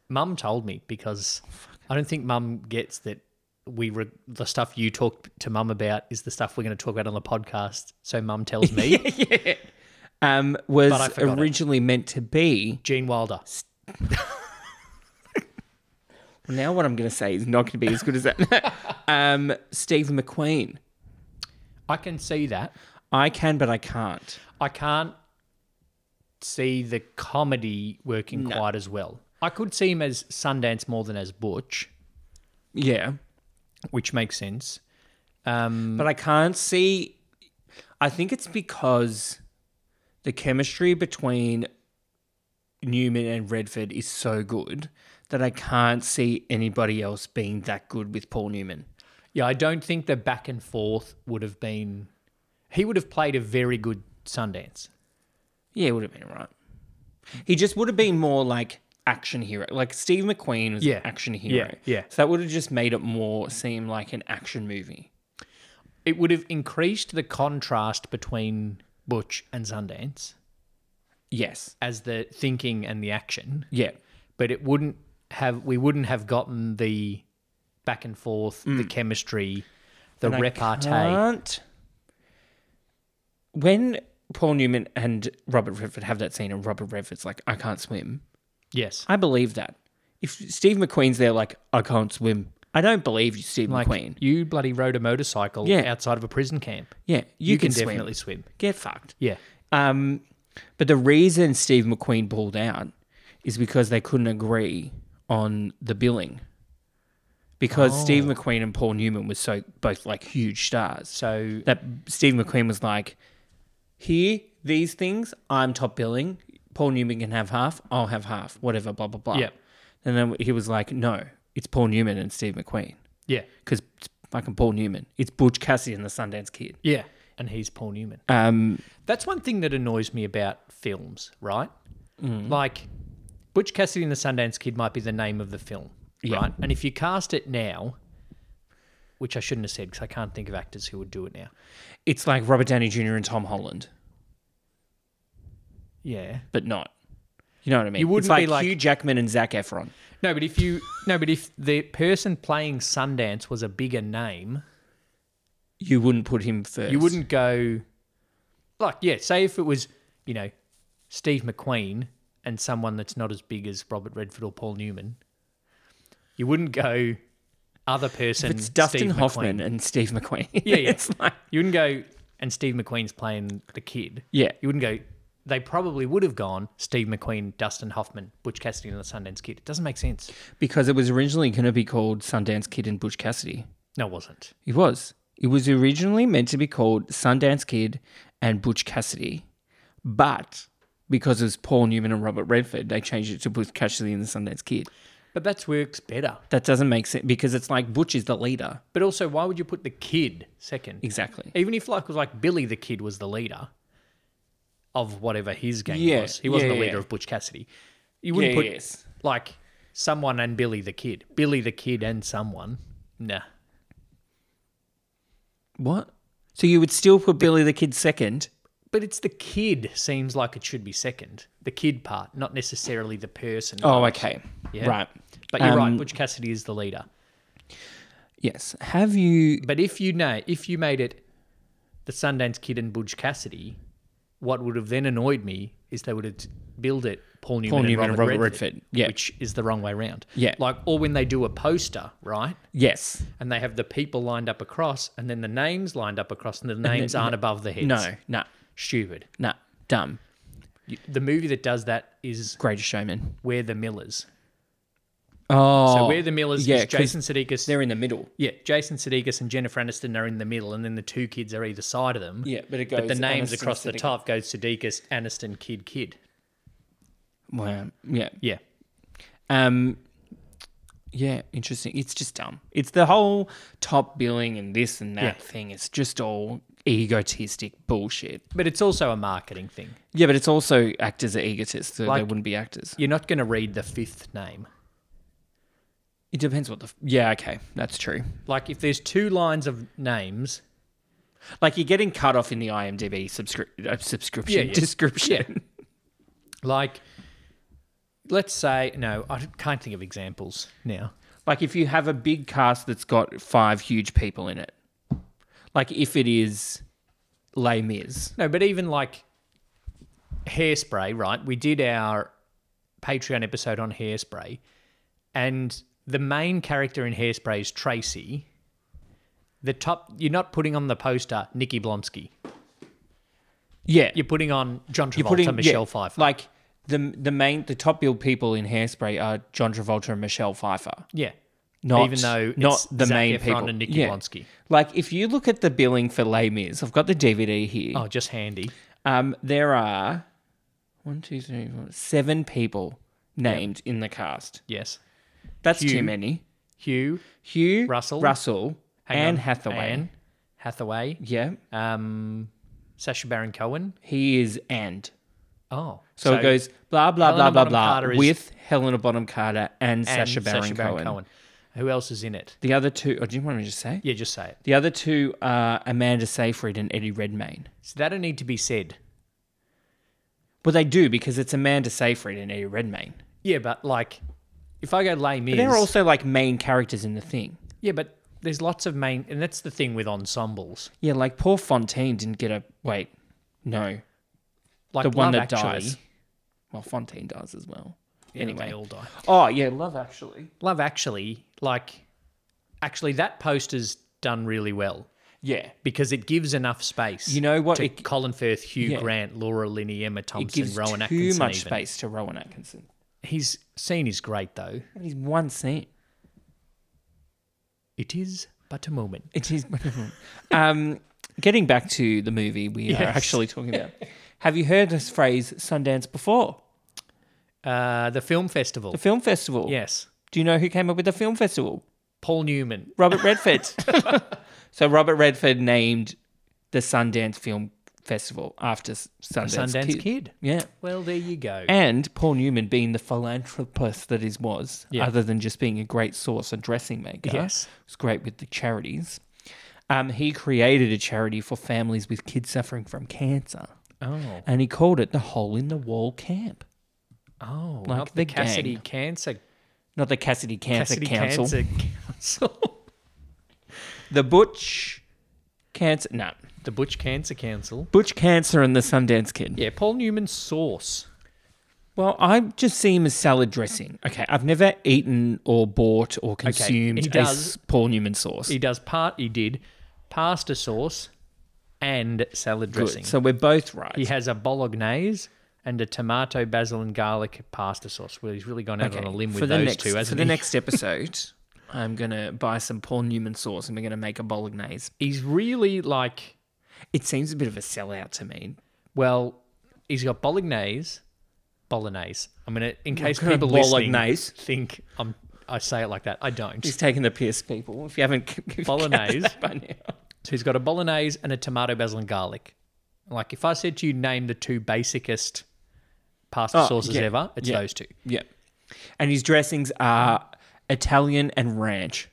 Speaker 1: mum told me because I don't think mum gets that we re- the stuff you talk to mum about is the stuff we're going to talk about on the podcast. So mum tells me
Speaker 2: um,
Speaker 1: But I
Speaker 2: was
Speaker 1: forgot it.
Speaker 2: originally meant to be.
Speaker 1: Gene Wilder.
Speaker 2: Now, what I'm going to say is not going to be as good as that. um, Steve McQueen.
Speaker 1: I can see that.
Speaker 2: I can, but I can't.
Speaker 1: I can't see the comedy working quite as well. I could see him as Sundance more than as Butch,
Speaker 2: Yeah,
Speaker 1: which makes sense. Um,
Speaker 2: but I can't see. I think it's because the chemistry between Newman and Redford is so good that I can't see anybody else being that good with Paul Newman.
Speaker 1: Yeah, I don't think the back and forth would have been. He would have played a very good Sundance.
Speaker 2: Yeah, it would have been all right. He just would have been more like action hero. Like Steve McQueen was
Speaker 1: Yeah.
Speaker 2: an action hero.
Speaker 1: Yeah, yeah.
Speaker 2: So that would have just made it more seem like an action movie.
Speaker 1: It would have increased the contrast between Butch and Sundance
Speaker 2: Yes.
Speaker 1: as the thinking and the action,
Speaker 2: Yeah.
Speaker 1: but it wouldn't have. We wouldn't have gotten the back and forth, the chemistry, the
Speaker 2: Mm. And I
Speaker 1: repartee.
Speaker 2: can't- When Paul Newman and Robert Redford have that scene, and Robert Redford's like, "I can't swim,"
Speaker 1: Yes,
Speaker 2: I believe that. If Steve McQueen's there, like, "I can't swim," I don't believe you, Steve
Speaker 1: like
Speaker 2: McQueen.
Speaker 1: you bloody rode a motorcycle
Speaker 2: Yeah.
Speaker 1: outside of a prison camp.
Speaker 2: Yeah,
Speaker 1: You,
Speaker 2: you,
Speaker 1: can,
Speaker 2: can, swim.
Speaker 1: definitely swim.
Speaker 2: get fucked.
Speaker 1: Yeah,
Speaker 2: Um, but the reason Steve McQueen pulled out is because they couldn't agree on the billing. Because Steve McQueen and Paul Newman were so both like huge stars.
Speaker 1: so
Speaker 2: that Steve McQueen was like, here, these things, I'm top billing. Paul Newman can have half. I'll have half. Whatever, blah, blah, blah.
Speaker 1: Yeah.
Speaker 2: And then he was like, no, it's Paul Newman and Steve McQueen.
Speaker 1: yeah,
Speaker 2: Because it's fucking Paul Newman. It's Butch Cassidy and the Sundance Kid.
Speaker 1: yeah, and he's Paul Newman.
Speaker 2: Um,
Speaker 1: That's one thing that annoys me about films, right? Like, Butch Cassidy and the Sundance Kid might be the name of the film,
Speaker 2: Yeah.
Speaker 1: right? And if you cast it now, which I shouldn't have said because I can't think of actors who would do it now.
Speaker 2: it's like Robert Downey Jr. and Tom Holland,
Speaker 1: Yeah.
Speaker 2: but not. You know what I mean?
Speaker 1: You wouldn't
Speaker 2: it's like
Speaker 1: be like-
Speaker 2: Hugh Jackman and Zach Efron.
Speaker 1: No, but if you no, but if the person playing Sundance was a bigger name,
Speaker 2: You wouldn't put him first.
Speaker 1: you wouldn't go like yeah. Say if it was you know Steve McQueen and someone that's not as big as Robert Redford or Paul Newman, you wouldn't go other person.
Speaker 2: If it's Dustin
Speaker 1: Steve
Speaker 2: Hoffman
Speaker 1: McQueen.
Speaker 2: and Steve McQueen.
Speaker 1: Yeah, yeah.
Speaker 2: it's like,
Speaker 1: You wouldn't go and Steve McQueen's playing the kid.
Speaker 2: yeah.
Speaker 1: You wouldn't go. They probably would have gone Steve McQueen, Dustin Hoffman, Butch Cassidy, and the Sundance Kid. It doesn't make sense.
Speaker 2: Because it was originally going to be called Sundance Kid and Butch Cassidy.
Speaker 1: No, it wasn't.
Speaker 2: It was. It was originally meant to be called Sundance Kid and Butch Cassidy, but because it was Paul Newman and Robert Redford, they changed it to Butch Cassidy and the Sundance Kid.
Speaker 1: But that's works better.
Speaker 2: That doesn't make sense because it's like Butch is the leader.
Speaker 1: But also, why would you put the kid second?
Speaker 2: Exactly.
Speaker 1: Even if like was like Billy the Kid was the leader of whatever his gang
Speaker 2: Yeah,
Speaker 1: was. He wasn't
Speaker 2: yeah,
Speaker 1: the leader
Speaker 2: yeah.
Speaker 1: of Butch Cassidy. You wouldn't
Speaker 2: Yeah,
Speaker 1: put
Speaker 2: yes.
Speaker 1: like someone and Billy the Kid. Billy the Kid and someone. Nah.
Speaker 2: What? So you would still put Billy the Kid second?
Speaker 1: But it's the kid seems like it should be second. The kid part, not necessarily the person.
Speaker 2: Oh, okay.
Speaker 1: Yeah.
Speaker 2: Right.
Speaker 1: But you're right,
Speaker 2: Um,
Speaker 1: Butch Cassidy is the leader.
Speaker 2: Yes. Have you?
Speaker 1: But if you know if you made it the Sundance Kid and Butch Cassidy, what would have then annoyed me is they would have billed it Paul Newman,
Speaker 2: Paul Newman
Speaker 1: and
Speaker 2: and
Speaker 1: Robert,
Speaker 2: Robert
Speaker 1: Redford,
Speaker 2: Redford. Yeah.
Speaker 1: which is the wrong way around.
Speaker 2: Yeah.
Speaker 1: like or when they do a poster, right,
Speaker 2: Yes.
Speaker 1: and they have the people lined up across, and then the names lined up across, and the names aren't above the heads.
Speaker 2: No. No.
Speaker 1: stupid.
Speaker 2: No. Dumb.
Speaker 1: You- The movie that does that is
Speaker 2: Greatest Showman.
Speaker 1: Where the Millers.
Speaker 2: Oh.
Speaker 1: So Where the Millers
Speaker 2: yeah,
Speaker 1: is
Speaker 2: 'cause
Speaker 1: Jason Sudeikis.
Speaker 2: They're in the middle.
Speaker 1: Yeah, Jason Sudeikis and Jennifer Aniston are in the middle, and then the two kids are either side of them.
Speaker 2: Yeah, but it
Speaker 1: But the
Speaker 2: goes
Speaker 1: names
Speaker 2: Aniston,
Speaker 1: across the
Speaker 2: Sudeikis.
Speaker 1: top goes Sudeikis, Aniston, Kid, Kid.
Speaker 2: Wow. Yeah.
Speaker 1: Yeah,
Speaker 2: Um. Yeah. Interesting. It's just dumb. It's the whole top billing and this and that
Speaker 1: Yeah.
Speaker 2: thing. It's just all egotistic bullshit.
Speaker 1: but it's also a marketing thing.
Speaker 2: Yeah, but it's also actors are egotists, so they
Speaker 1: Like-
Speaker 2: wouldn't be actors.
Speaker 1: You're not going to read the fifth name.
Speaker 2: It depends what the. F- yeah. Okay. That's true.
Speaker 1: Like if there's two lines of names,
Speaker 2: Like you're getting cut off in the IMDb subscri- uh, subscription
Speaker 1: yeah.
Speaker 2: description.
Speaker 1: like let's say no, I can't think of examples now.
Speaker 2: Like if you have a big cast that's got five huge people in it, like if it is Les Mis,
Speaker 1: No, but even like hairspray, right? We did our Patreon episode on hairspray, and the main character in hairspray is Tracy. The top, you're not putting on the poster Nikki Blomsky.
Speaker 2: yeah,
Speaker 1: You're putting on John Travolta,
Speaker 2: you're putting- yeah,
Speaker 1: Michelle Pfeiffer.
Speaker 2: Like the the main the top billed people in Hairspray are John Travolta and Michelle Pfeiffer.
Speaker 1: yeah,
Speaker 2: Not
Speaker 1: even though
Speaker 2: not
Speaker 1: it's
Speaker 2: the
Speaker 1: Zac
Speaker 2: main
Speaker 1: Efron
Speaker 2: people
Speaker 1: and Nikki
Speaker 2: Yeah.
Speaker 1: Blonsky.
Speaker 2: Like if you look at the billing for Les Mis, I've got the DVD here.
Speaker 1: Oh, just handy.
Speaker 2: Um, there are one, two, three, four, seven people named in the cast.
Speaker 1: Yes,
Speaker 2: That's
Speaker 1: Hugh.
Speaker 2: too many.
Speaker 1: Hugh
Speaker 2: Hugh
Speaker 1: Russell.
Speaker 2: Russell,
Speaker 1: hang
Speaker 2: Anne
Speaker 1: on,
Speaker 2: Hathaway.
Speaker 1: Anne Hathaway,
Speaker 2: Yeah,
Speaker 1: um, Sacha Baron Cohen.
Speaker 2: he is and.
Speaker 1: Oh,
Speaker 2: So, it goes blah blah
Speaker 1: Helena
Speaker 2: blah
Speaker 1: Bonham
Speaker 2: blah
Speaker 1: Carter
Speaker 2: blah
Speaker 1: is-
Speaker 2: with Helena Bonham Carter
Speaker 1: and
Speaker 2: and, Sasha Baron, Cohen.
Speaker 1: Who else is in it?
Speaker 2: The other two, oh, do you want me to just say?
Speaker 1: Yeah, just say it.
Speaker 2: The other two are Amanda Seyfried and Eddie Redmayne.
Speaker 1: So that'll need to be said.
Speaker 2: Well, they do because it's Amanda Seyfried and Eddie Redmayne.
Speaker 1: Yeah, but like, if I go Les Mis,
Speaker 2: But they're also like main characters in the thing.
Speaker 1: yeah, but there's lots of main, and that's the thing with ensembles.
Speaker 2: Yeah, like poor Fontaine didn't get a wait. No,
Speaker 1: Like
Speaker 2: the one
Speaker 1: Love
Speaker 2: that
Speaker 1: Actually-
Speaker 2: dies. Well, Fontaine dies as well.
Speaker 1: Yeah,
Speaker 2: anyway,
Speaker 1: they all die.
Speaker 2: oh yeah, Love Actually.
Speaker 1: Love Actually, like, actually that poster's done really well
Speaker 2: Yeah,
Speaker 1: because it gives enough space.
Speaker 2: You know what?
Speaker 1: To
Speaker 2: It-
Speaker 1: Colin Firth, Hugh
Speaker 2: Yeah.
Speaker 1: Grant, Laura Linney, Emma
Speaker 2: it
Speaker 1: Thompson,
Speaker 2: gives
Speaker 1: Rowan
Speaker 2: too
Speaker 1: Atkinson.
Speaker 2: much
Speaker 1: even.
Speaker 2: space to Rowan Atkinson.
Speaker 1: His scene is great though.
Speaker 2: But he's one scene.
Speaker 1: It is but a moment.
Speaker 2: It is. um, getting back to the movie we are
Speaker 1: Yes.
Speaker 2: actually talking about. Have you heard this phrase Sundance before?
Speaker 1: Uh, the film festival.
Speaker 2: The film festival.
Speaker 1: yes.
Speaker 2: Do you know who came up with the film festival?
Speaker 1: Paul Newman.
Speaker 2: Robert Redford. so Robert Redford named the Sundance Film Festival after S- Sundance,
Speaker 1: Sundance
Speaker 2: Kid.
Speaker 1: Kid.
Speaker 2: Yeah.
Speaker 1: Well, there you go.
Speaker 2: And Paul Newman being the philanthropist that he was,
Speaker 1: Yeah.
Speaker 2: other than just being a great source and dressingmaker.
Speaker 1: Yes.
Speaker 2: was great with the charities. Um, he created a charity for families with kids suffering from cancer,
Speaker 1: Oh,
Speaker 2: and he called it the Hole in the Wall Camp,
Speaker 1: oh,
Speaker 2: Like
Speaker 1: not the,
Speaker 2: the
Speaker 1: Cassidy
Speaker 2: gang.
Speaker 1: Cancer
Speaker 2: not the Cassidy Cancer
Speaker 1: Cassidy
Speaker 2: Council,
Speaker 1: Cancer Council,
Speaker 2: the Butch Cancer, no,
Speaker 1: the Butch Cancer Council.
Speaker 2: Butch Cancer and the Sundance Kid.
Speaker 1: Yeah, Paul Newman's source.
Speaker 2: Well, I just see him as salad dressing. Okay, I've never eaten or bought or consumed
Speaker 1: he
Speaker 2: a
Speaker 1: does-
Speaker 2: s- Paul Newman sauce.
Speaker 1: He does part. He did pasta sauce and salad
Speaker 2: Good.
Speaker 1: dressing.
Speaker 2: So we're both right.
Speaker 1: He has a bolognese and a tomato, basil, and garlic pasta sauce. Well, he's really gone out on a limb
Speaker 2: for
Speaker 1: with
Speaker 2: the
Speaker 1: those
Speaker 2: next,
Speaker 1: two,
Speaker 2: For
Speaker 1: hasn't
Speaker 2: the
Speaker 1: he?
Speaker 2: next episode, I'm gonna buy some Paul Newman sauce and we're gonna make a bolognese.
Speaker 1: he's really like,
Speaker 2: It seems a bit of a sellout to me.
Speaker 1: well, he's got bolognese, bolognese. I mean, in case
Speaker 2: gonna
Speaker 1: people
Speaker 2: Oh bolognese.
Speaker 1: listening think I'm, I say it like that, I don't.
Speaker 2: He's taking the piss, people. If you haven't if you
Speaker 1: Bolognese.
Speaker 2: gathered by now.
Speaker 1: So he's got a bolognese and a tomato, basil, and garlic. Like if I said to you, name the two basicest pasta
Speaker 2: Oh,
Speaker 1: sauces
Speaker 2: yeah,
Speaker 1: ever, it's
Speaker 2: yeah.
Speaker 1: those two:
Speaker 2: Yeah, and his dressings are Italian and ranch,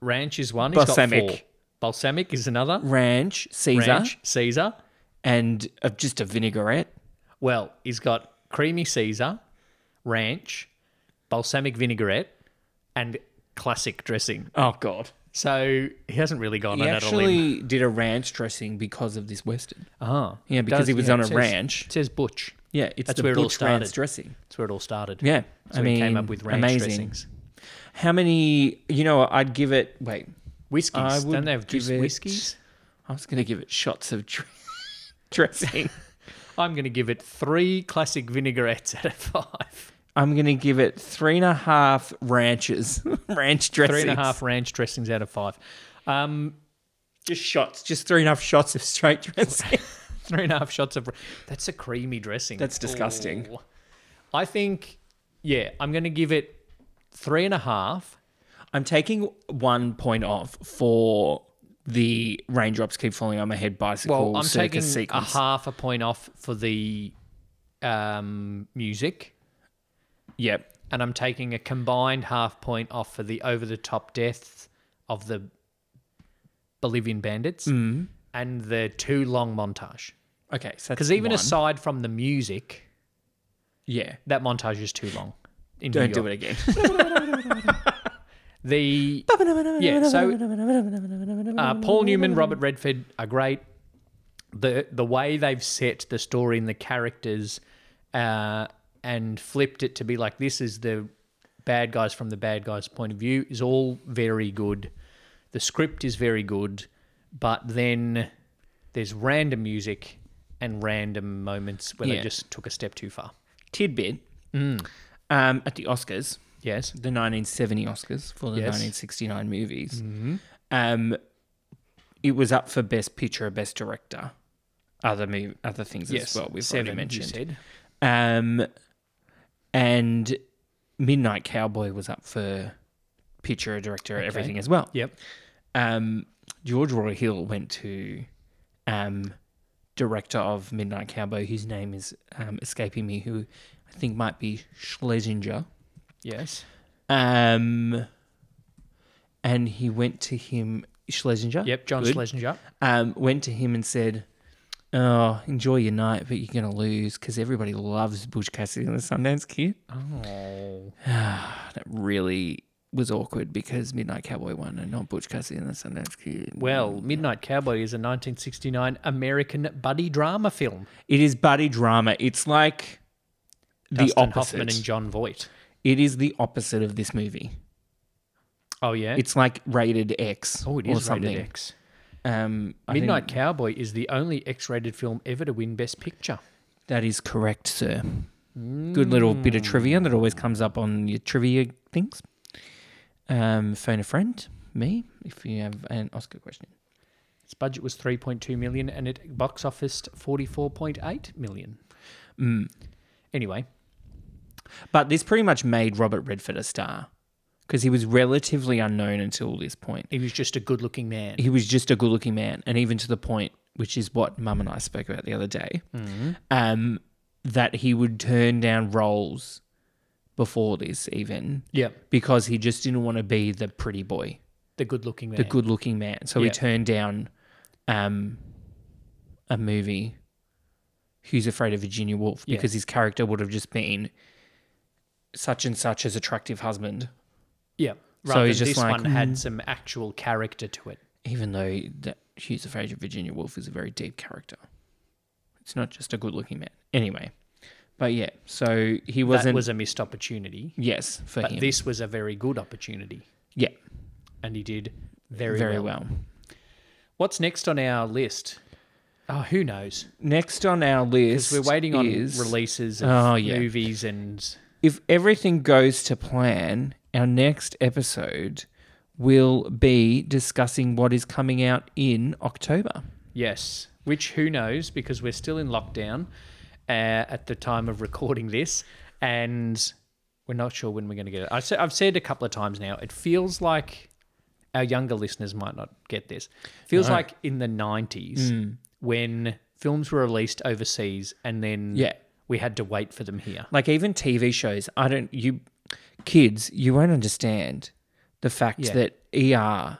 Speaker 1: ranch is one. He's got
Speaker 2: Balsamic.
Speaker 1: four. Balsamic is another.
Speaker 2: ranch Caesar,
Speaker 1: Ranch, Caesar.
Speaker 2: and uh, just a vinaigrette.
Speaker 1: Well, he's got creamy Caesar, ranch, balsamic vinaigrette, and classic dressing.
Speaker 2: Oh God.
Speaker 1: So he hasn't really gone
Speaker 2: He
Speaker 1: on at all.
Speaker 2: actually did a ranch dressing because of this western.
Speaker 1: Ah,
Speaker 2: Yeah, because he was on a ranch.
Speaker 1: It says Butch.
Speaker 2: Yeah, it's
Speaker 1: That's
Speaker 2: the
Speaker 1: where it all
Speaker 2: Butch ranch
Speaker 1: started.
Speaker 2: dressing.
Speaker 1: That's where it all started.
Speaker 2: Yeah,
Speaker 1: so
Speaker 2: I
Speaker 1: he
Speaker 2: mean,
Speaker 1: came up with ranch
Speaker 2: amazing.
Speaker 1: dressings.
Speaker 2: How many? You know, I'd give it. Wait, I
Speaker 1: Whiskies.
Speaker 2: would
Speaker 1: Don't they have
Speaker 2: give
Speaker 1: just
Speaker 2: it-
Speaker 1: whiskies?
Speaker 2: I was gonna give it shots of dr- dressing.
Speaker 1: I'm going to give it three classic vinaigrettes out of five.
Speaker 2: I'm gonna give it three and a half ranches, ranch dressing.
Speaker 1: Three and a half ranch dressings out of five. Um,
Speaker 2: just shots, just three and a half shots of straight dressing.
Speaker 1: three and a half shots of. That's a creamy dressing.
Speaker 2: That's disgusting.
Speaker 1: Ooh. I think, yeah, I'm going to give it three and a half.
Speaker 2: I'm taking one point off for the raindrops keep falling on my head bicycle
Speaker 1: Well, I'm taking
Speaker 2: circus
Speaker 1: a
Speaker 2: sequence.
Speaker 1: half a point off for the um, music,
Speaker 2: Yep.
Speaker 1: and I'm taking a combined half point off for the over the top death of the Bolivian bandits
Speaker 2: Mm.
Speaker 1: and the too long montage.
Speaker 2: Okay. So
Speaker 1: Because even
Speaker 2: one.
Speaker 1: aside from the music,
Speaker 2: yeah,
Speaker 1: that montage is too long. In
Speaker 2: don't
Speaker 1: New
Speaker 2: do
Speaker 1: York.
Speaker 2: it again.
Speaker 1: The yeah, so uh, Paul
Speaker 2: Mm-hmm.
Speaker 1: Newman, Robert Redford are great. The the way they've set the story and the characters, uh, and flipped it to be like this is the bad guys from the bad guys' point of view is all very good. The script is very good, but then there's random music and random moments where
Speaker 2: Yeah.
Speaker 1: they just took a step too far.
Speaker 2: Tidbit.
Speaker 1: Mm.
Speaker 2: Um, at the Oscars,
Speaker 1: Yes.
Speaker 2: the 1970 Oscars for the
Speaker 1: Yes. Mm-hmm.
Speaker 2: 1969 movies. Um, it was up for Best Picture, or Best Director, other mov- other things as well. We've
Speaker 1: Seven,
Speaker 2: already
Speaker 1: you
Speaker 2: mentioned.
Speaker 1: said.
Speaker 2: Um, and Midnight Cowboy was up for Picture, Director, everything as well.
Speaker 1: Yep.
Speaker 2: Um, George Roy Hill went to um, director of Midnight Cowboy, whose name is um, escaping me, who I think might be Schlesinger.
Speaker 1: Yes.
Speaker 2: Um, and he went to him, Schlesinger.
Speaker 1: Yep. John
Speaker 2: Good.
Speaker 1: Schlesinger.
Speaker 2: Um, went to him and said, "Oh, enjoy your night, but you're gonna lose because everybody loves Bush Cassidy and the Sundance Kid."
Speaker 1: Oh.
Speaker 2: That really was awkward because Midnight Cowboy won and not Butch Cassidy and the Sundance Kid.
Speaker 1: Well, Midnight Cowboy is a 1969 American buddy drama film.
Speaker 2: It is buddy drama. It's like the
Speaker 1: Dustin
Speaker 2: opposite.
Speaker 1: Hoffman and John Voight.
Speaker 2: it is the opposite of this movie.
Speaker 1: Oh yeah.
Speaker 2: It's like rated X
Speaker 1: oh, it
Speaker 2: or
Speaker 1: is
Speaker 2: something.
Speaker 1: rated X.
Speaker 2: Um, I think
Speaker 1: Midnight Cowboy is the only X-rated film ever to win Best Picture.
Speaker 2: that is correct, sir. Good little bit of trivia that always comes up on your trivia things. Um, phone a friend, me, if you have an Oscar question.
Speaker 1: Its budget was 3.2 million and it box office 44.8 million.
Speaker 2: Mm.
Speaker 1: Anyway,
Speaker 2: But this pretty much made Robert Redford a star because he was relatively unknown until this point.
Speaker 1: he was just a good-looking man.
Speaker 2: he was just a good looking man. And even to the point, which is what mum and I spoke about the other day, um, that he would turn down roles before this, even
Speaker 1: Yep.
Speaker 2: because he just didn't want to be the pretty boy,
Speaker 1: The good-looking man.
Speaker 2: the good looking man. So he
Speaker 1: Yeah.
Speaker 2: turned down um, a movie, Who's Afraid of Virginia Woolf,
Speaker 1: Yeah.
Speaker 2: because his character would have just been such and such as attractive husband.
Speaker 1: yeah.
Speaker 2: So
Speaker 1: Rather
Speaker 2: he's
Speaker 1: than
Speaker 2: just
Speaker 1: this
Speaker 2: like, mm.
Speaker 1: one had some actual character to it.
Speaker 2: even though that Hughes Afraid of Virginia Woolf is a very deep character. It's not just a good looking man. Anyway, But yeah, so he wasn't.
Speaker 1: that was a missed opportunity.
Speaker 2: yes, for
Speaker 1: But
Speaker 2: him.
Speaker 1: this was a very good opportunity,
Speaker 2: yeah,
Speaker 1: and he did very
Speaker 2: very,
Speaker 1: well.
Speaker 2: well.
Speaker 1: What's next on our list? Oh, who knows?
Speaker 2: Next on our list,
Speaker 1: We're waiting on
Speaker 2: is,
Speaker 1: releases of
Speaker 2: Oh, yeah.
Speaker 1: movies and
Speaker 2: If everything goes to plan, our next episode will be discussing what is coming out in October.
Speaker 1: yes, which who knows because we're still in lockdown uh, at the time of recording this, and we're not sure when we're going to get it. I say, I've said a couple of times now. It feels like our younger listeners might not get this. Feels
Speaker 2: No. Hmm.
Speaker 1: like in the nineties when films were released overseas and then
Speaker 2: Yeah.
Speaker 1: we had to wait for them here.
Speaker 2: Like even TV shows, I don't you kids, you won't understand the fact
Speaker 1: Yeah.
Speaker 2: that ER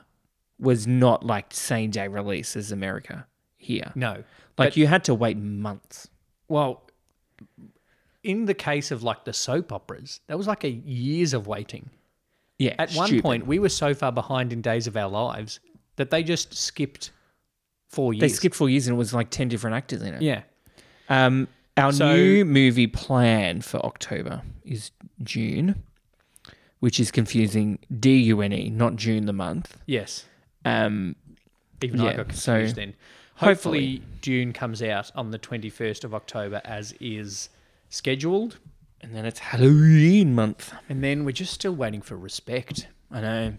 Speaker 2: was not like same day release as America here.
Speaker 1: No,
Speaker 2: Like
Speaker 1: But-
Speaker 2: you had to wait months.
Speaker 1: Well, in the case of like the soap operas, that was like a years of waiting.
Speaker 2: Yeah.
Speaker 1: At one
Speaker 2: stupid.
Speaker 1: point, we were so far behind in Days of Our Lives that they just skipped four years.
Speaker 2: they skipped four years and it was like ten different actors in it.
Speaker 1: Yeah.
Speaker 2: Um, our
Speaker 1: So-
Speaker 2: new movie plan for October is June, which is confusing. D U N E, not June the month.
Speaker 1: Yes.
Speaker 2: Um,
Speaker 1: Even I
Speaker 2: Yeah,
Speaker 1: got
Speaker 2: so
Speaker 1: confused then. Hopefully, Dune comes out on the 21st of October as is scheduled.
Speaker 2: and then it's Halloween month.
Speaker 1: And then we're just still waiting for respect.
Speaker 2: I know.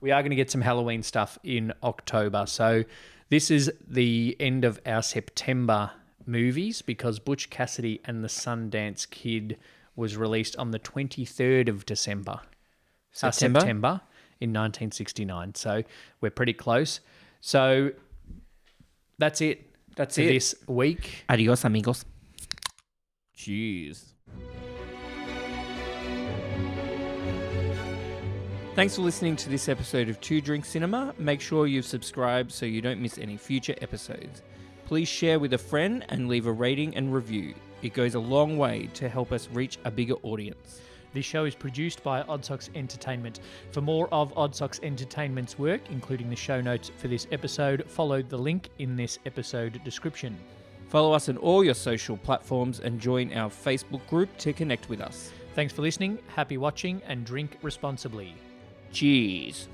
Speaker 1: We are going to get some Halloween stuff in October. So this is the end of our September movies because Butch Cassidy and the Sundance Kid was released on the 23rd of December. uh,
Speaker 2: September?
Speaker 1: September in 1969. So we're pretty close. So that's it.
Speaker 2: That's
Speaker 1: for
Speaker 2: it.
Speaker 1: this week.
Speaker 2: Adios, amigos. Cheers. Thanks for listening to this episode of Two Drink Cinema. Make sure you've subscribed so you don't miss any future episodes. Please share with a friend and leave a rating and review. It goes a long way to help us reach a bigger audience.
Speaker 1: This show is produced by Oddsocks Entertainment. For more of Oddsocks Entertainment's work, including the show notes for this episode, follow the link in this episode description.
Speaker 2: Follow us on all your social platforms and join our Facebook group to connect with us.
Speaker 1: Thanks for listening, happy watching, and drink responsibly.
Speaker 2: Cheers.